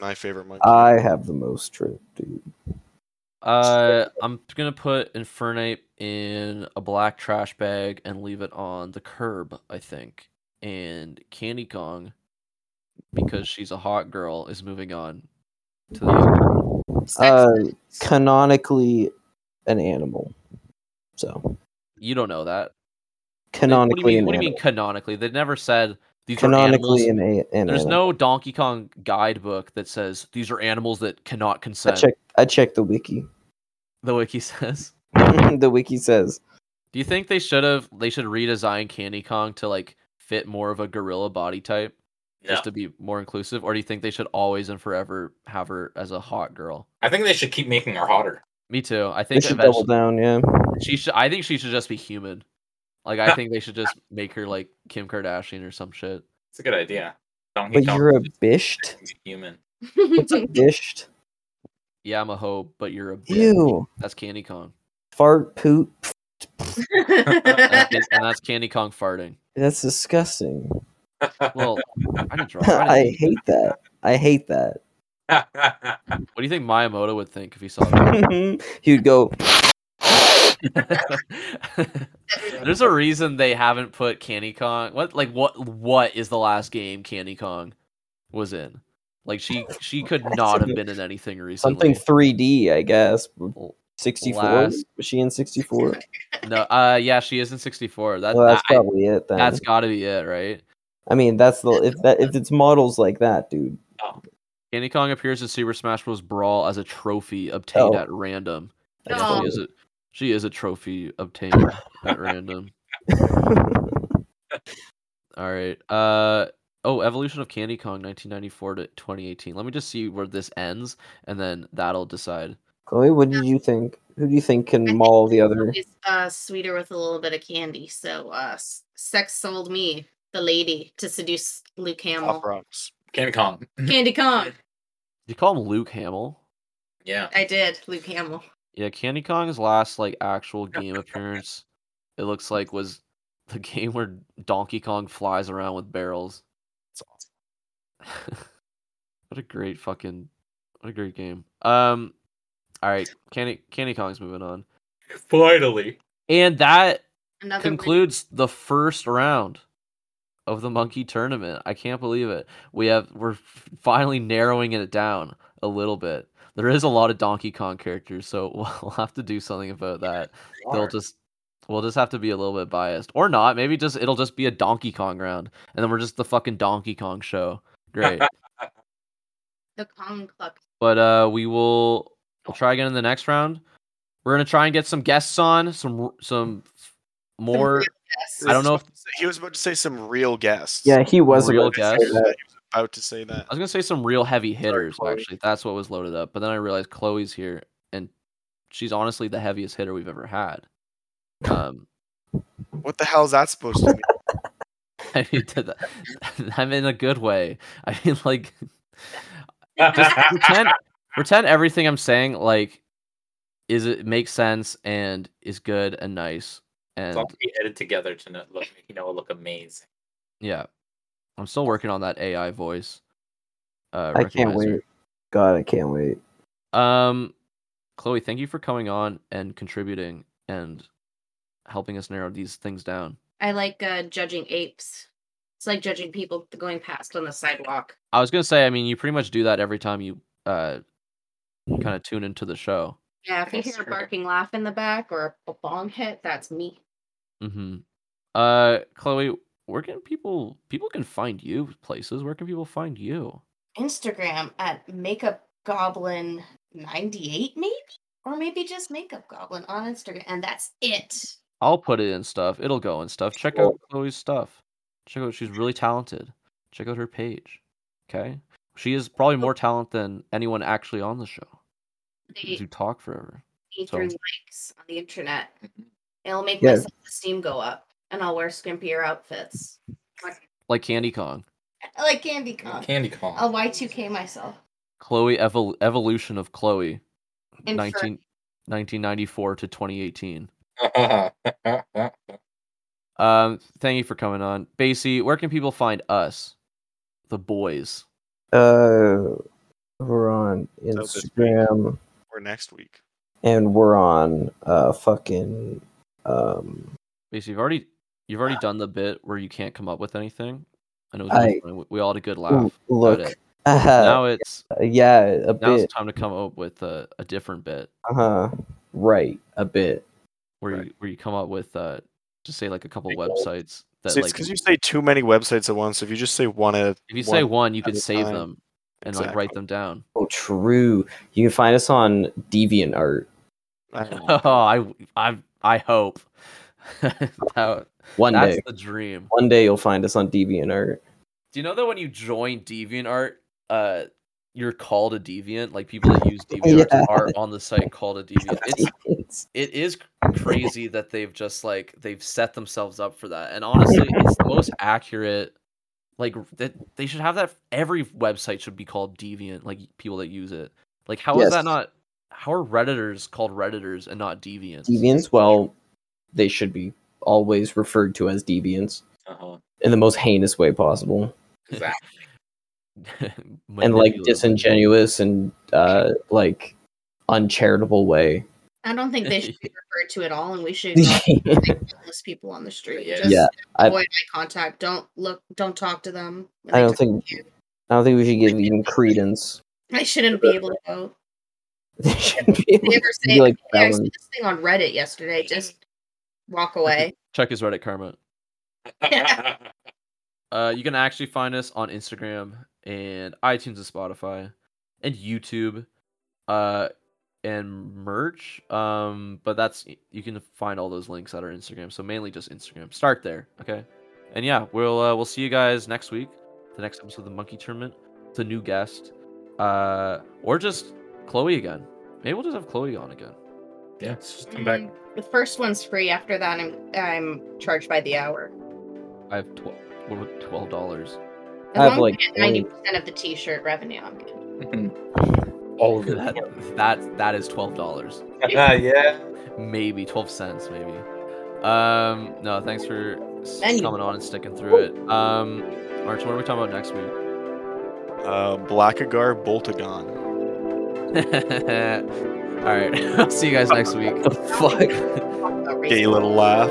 [SPEAKER 4] My favorite monkey.
[SPEAKER 3] I have the most trip, dude.
[SPEAKER 2] Uh, I'm gonna put Infernape in a black trash bag and leave it on the curb, I think. And Candy Kong, because she's a hot girl, is moving on to the
[SPEAKER 3] Uh, canonically, an animal. So
[SPEAKER 2] You don't know that. They-
[SPEAKER 3] canonically,
[SPEAKER 2] what do you mean, what do you
[SPEAKER 3] an
[SPEAKER 2] mean canonically? They never said these
[SPEAKER 3] animal. Canonically,
[SPEAKER 2] are
[SPEAKER 3] an,
[SPEAKER 2] animals.
[SPEAKER 3] a- an
[SPEAKER 2] There's
[SPEAKER 3] animal.
[SPEAKER 2] no Donkey Kong guidebook that says these are animals that cannot
[SPEAKER 3] I
[SPEAKER 2] consent.
[SPEAKER 3] check. I checked the wiki.
[SPEAKER 2] The wiki says.
[SPEAKER 3] the wiki says
[SPEAKER 2] Do you think they should have they should redesign Candy Kong to like fit more of a gorilla body type just to be more inclusive or do you think they should always and forever have her as a hot girl?
[SPEAKER 5] I think they should keep making her hotter.
[SPEAKER 2] Me too. I
[SPEAKER 3] they
[SPEAKER 2] think
[SPEAKER 3] should double
[SPEAKER 2] eventually
[SPEAKER 3] down. Yeah.
[SPEAKER 2] she should I think she should just be human. Like I think they should just make her like Kim Kardashian or some shit.
[SPEAKER 5] It's a good idea. Donkey
[SPEAKER 3] But
[SPEAKER 5] Kong
[SPEAKER 3] you're a
[SPEAKER 5] is
[SPEAKER 3] bisht.
[SPEAKER 5] human.
[SPEAKER 3] What's a bisht?
[SPEAKER 2] Yeah, I'm a hoe, but you're a bitch.
[SPEAKER 3] Ew.
[SPEAKER 2] That's Candy Kong.
[SPEAKER 3] Fart poop.
[SPEAKER 2] And that is- and that's Candy Kong farting.
[SPEAKER 3] That's disgusting.
[SPEAKER 2] Well, I didn't draw. I
[SPEAKER 3] I
[SPEAKER 2] didn't-
[SPEAKER 3] hate that. I hate that.
[SPEAKER 2] what do you think Miyamoto would think if he saw that?
[SPEAKER 3] he would go.
[SPEAKER 2] There's a reason they haven't put Candy Kong. What like what what is the last game Candy Kong was in? Like she she could
[SPEAKER 3] That's
[SPEAKER 2] not
[SPEAKER 3] a
[SPEAKER 2] have
[SPEAKER 3] good-
[SPEAKER 2] been in anything recently.
[SPEAKER 3] something 3D, I guess. 64
[SPEAKER 2] Last-
[SPEAKER 3] was she in 64?
[SPEAKER 2] No, uh yeah, she is in 64. That,
[SPEAKER 3] well, that's
[SPEAKER 2] that I-
[SPEAKER 3] probably it then.
[SPEAKER 2] that's got to be it, right?
[SPEAKER 3] I mean, that's the if that if it's models like that, dude.
[SPEAKER 2] Candy Kong appears in Super Smash Bros. Brawl as a trophy obtained
[SPEAKER 3] Oh.
[SPEAKER 2] at random.
[SPEAKER 3] That's
[SPEAKER 2] Yeah,
[SPEAKER 6] Oh.
[SPEAKER 2] she, is a, she is a trophy obtained at random. All right. Uh oh, Evolution of Candy Kong 1994 to 2018. Let me just see where this ends and then that'll decide.
[SPEAKER 3] Chloe, what did you think? Who do you think can maul the other?
[SPEAKER 6] It's uh, sweeter with a little bit of candy. So, uh, s- sex sold me, the lady, to seduce Luke Hamill.
[SPEAKER 4] Pop rocks.
[SPEAKER 5] Candy Kong.
[SPEAKER 6] Candy Kong.
[SPEAKER 2] You call him Luke Hamill?
[SPEAKER 5] Yeah.
[SPEAKER 6] I did, Luke Hamill.
[SPEAKER 2] Yeah, Candy Kong's last like actual game appearance it looks like was the game where Donkey Kong flies around with barrels.
[SPEAKER 5] It's awesome.
[SPEAKER 2] what a great fucking what a great game. Um all right, Candy Candy Kong's moving on.
[SPEAKER 5] Finally.
[SPEAKER 2] And that
[SPEAKER 6] Another win.
[SPEAKER 2] concludes the first round of the monkey tournament. I can't believe it. We have we're f- finally narrowing it down a little bit. There is a lot of Donkey Kong characters, so we'll we'll have to do something about that. They'll just we'll just have to be a little bit biased or not. Maybe just it'll just be a Donkey Kong round, and then we're just the fucking Donkey Kong show. Great.
[SPEAKER 6] the Kong Club.
[SPEAKER 2] but uh we will we'll try again in the next round. We're gonna try and get some guests on, some r- some f- more.
[SPEAKER 6] Yes.
[SPEAKER 2] I don't know if
[SPEAKER 4] He was about to say some real guests.
[SPEAKER 3] Yeah, he was
[SPEAKER 2] Real
[SPEAKER 3] about to say
[SPEAKER 2] guess.
[SPEAKER 3] that.
[SPEAKER 4] About to say that.
[SPEAKER 2] I was gonna say some real heavy hitters.
[SPEAKER 4] Chloe.
[SPEAKER 2] Actually, that's what was loaded up. But then I realized Chloe's here, and she's honestly the heaviest hitter we've ever had. Um,
[SPEAKER 4] What the hell is that supposed to mean?
[SPEAKER 2] I mean, to the- I'm in a good way. I mean, like, just pretend, pretend everything I'm saying like is it makes sense and is good and nice and
[SPEAKER 5] It's all be edited together to not look, you know, look amazing.
[SPEAKER 2] yeah. I'm still working on that AI voice. Uh,
[SPEAKER 3] I can't
[SPEAKER 2] recognizer.
[SPEAKER 3] wait. God, I can't wait.
[SPEAKER 2] Um, Chloe, thank you for coming on and contributing and helping us narrow these things down.
[SPEAKER 6] I like uh, judging apes. It's like judging people going past on the sidewalk.
[SPEAKER 2] I was gonna say, I mean, you pretty much do that every time you uh kind of tune into the show.
[SPEAKER 6] Yeah, if you hear a barking laugh in the back or a bong hit, that's me.
[SPEAKER 2] Mm-hmm. Uh, Chloe, where can people people can find you places? Where can people find you?
[SPEAKER 6] Instagram at makeup goblin 98 maybe or maybe just makeup goblin on Instagram and that's it.
[SPEAKER 2] I'll put it in stuff. It'll go in stuff. Check out Chloe's stuff. Check out she's really talented. Check out her page. Okay, she is probably more talent than anyone actually on the show.
[SPEAKER 6] They
[SPEAKER 2] You talk forever.
[SPEAKER 6] me
[SPEAKER 2] so-
[SPEAKER 6] through likes on the internet. It'll make
[SPEAKER 3] Yeah.
[SPEAKER 6] my self-esteem go up and I'll wear skimpier outfits.
[SPEAKER 2] Like Candy Kong.
[SPEAKER 6] I like Candy Con.
[SPEAKER 5] Uh, Candy Kong.
[SPEAKER 6] I'll Y2K myself.
[SPEAKER 2] Chloe Evol- Evolution of Chloe, 19,
[SPEAKER 6] Infer-
[SPEAKER 2] 1994 to 2018.
[SPEAKER 5] Uh-huh.
[SPEAKER 2] Um, thank you for coming on. Basie, where can people find us? The boys.
[SPEAKER 3] Uh, we're on
[SPEAKER 4] this week.
[SPEAKER 3] Instagram
[SPEAKER 4] or next week.
[SPEAKER 3] and we're on uh fucking um.
[SPEAKER 2] Basie, you've already you've already done the bit where you can't come up with anything. And it was really
[SPEAKER 3] I-
[SPEAKER 2] funny. We- we all had a good laugh.
[SPEAKER 3] ooh,
[SPEAKER 2] about
[SPEAKER 3] look,
[SPEAKER 2] it.
[SPEAKER 3] uh,
[SPEAKER 2] now it's
[SPEAKER 3] yeah, a
[SPEAKER 2] now
[SPEAKER 3] bit.
[SPEAKER 2] it's time to come up with a, a different bit
[SPEAKER 3] Uh huh. Right, a bit.
[SPEAKER 2] where you where you come up with uh just say like a couple websites that
[SPEAKER 4] So it's
[SPEAKER 2] like
[SPEAKER 4] because you say too many websites at once. If you just say one at
[SPEAKER 2] if you say
[SPEAKER 4] one
[SPEAKER 2] one you
[SPEAKER 4] at
[SPEAKER 2] could
[SPEAKER 4] a
[SPEAKER 2] save
[SPEAKER 4] time.
[SPEAKER 2] them and like
[SPEAKER 4] Exactly.
[SPEAKER 2] write them down.
[SPEAKER 3] Oh, true. You can find us on DeviantArt.
[SPEAKER 4] I don't know.
[SPEAKER 2] oh, I I I hope. that,
[SPEAKER 3] One
[SPEAKER 2] that's
[SPEAKER 3] day,
[SPEAKER 2] the dream.
[SPEAKER 3] one day you'll find us on DeviantArt.
[SPEAKER 2] Do you know that when you join DeviantArt, uh, you're called a deviant? Like people that use DeviantArt
[SPEAKER 3] Yeah.
[SPEAKER 2] are on the site called a deviant. It's
[SPEAKER 3] It's-
[SPEAKER 2] it is crazy that they've just like they've set themselves up for that. And honestly, it's the most accurate. Like that, they should have that. Every website should be called deviant. Like people that use it. Like how is
[SPEAKER 3] Yes.
[SPEAKER 2] that not? How are redditors called redditors and not deviants?
[SPEAKER 3] deviants, well, they should be always referred to as deviants
[SPEAKER 5] Uh-huh.
[SPEAKER 3] in the most heinous way possible,
[SPEAKER 5] Exactly.
[SPEAKER 3] and like
[SPEAKER 2] Manipulative.
[SPEAKER 3] disingenuous and uh, like uncharitable way.
[SPEAKER 6] I don't think they should be referred to at all, and we should not homeless people on the street.
[SPEAKER 5] Yeah.
[SPEAKER 6] Just
[SPEAKER 3] Yeah, I-
[SPEAKER 6] avoid eye contact. Don't look. Don't talk to them. when
[SPEAKER 3] I
[SPEAKER 6] they
[SPEAKER 3] don't
[SPEAKER 6] talk
[SPEAKER 3] think-
[SPEAKER 6] to you.
[SPEAKER 3] I don't think we should give even credence.
[SPEAKER 6] I shouldn't be able to vote.
[SPEAKER 3] They shouldn't be
[SPEAKER 6] They
[SPEAKER 3] able
[SPEAKER 6] ever
[SPEAKER 3] to
[SPEAKER 6] say,
[SPEAKER 3] be like
[SPEAKER 6] "Hey, I
[SPEAKER 3] that
[SPEAKER 6] saw
[SPEAKER 3] one.
[SPEAKER 6] this thing on Reddit yesterday. Just walk away.
[SPEAKER 2] Check his Reddit karma. Uh, you can actually find us on Instagram and iTunes and Spotify and YouTube, uh, and merch. Um, but that's you can find all those links at our Instagram. So mainly just Instagram. Start there, okay? And yeah, we'll uh, we'll see you guys next week. The next episode of the Monkey Tournament, the new guest, uh, or just Chloe again. Maybe we'll just have Chloe on again.
[SPEAKER 5] yeah, let's just come back.
[SPEAKER 6] Mm, The first one's free. After that, I'm I'm charged by the hour.
[SPEAKER 2] I have twelve. What was it, twelve dollars?
[SPEAKER 3] I
[SPEAKER 6] As
[SPEAKER 3] have,
[SPEAKER 6] long as
[SPEAKER 3] like,
[SPEAKER 6] I get ninety percent of the T-shirt revenue. I'm good.
[SPEAKER 5] All of
[SPEAKER 2] That,
[SPEAKER 5] it.
[SPEAKER 2] that that is twelve dollars.
[SPEAKER 5] yeah.
[SPEAKER 2] maybe 12 cents maybe um no thanks for s-
[SPEAKER 6] Anyway.
[SPEAKER 2] coming on and sticking through it um march what are we talking about next week
[SPEAKER 4] uh, Blackagar Boltagon.
[SPEAKER 2] all right i'll see you guys next week
[SPEAKER 3] The fuck.
[SPEAKER 6] Talk about race.
[SPEAKER 4] Gay little laugh.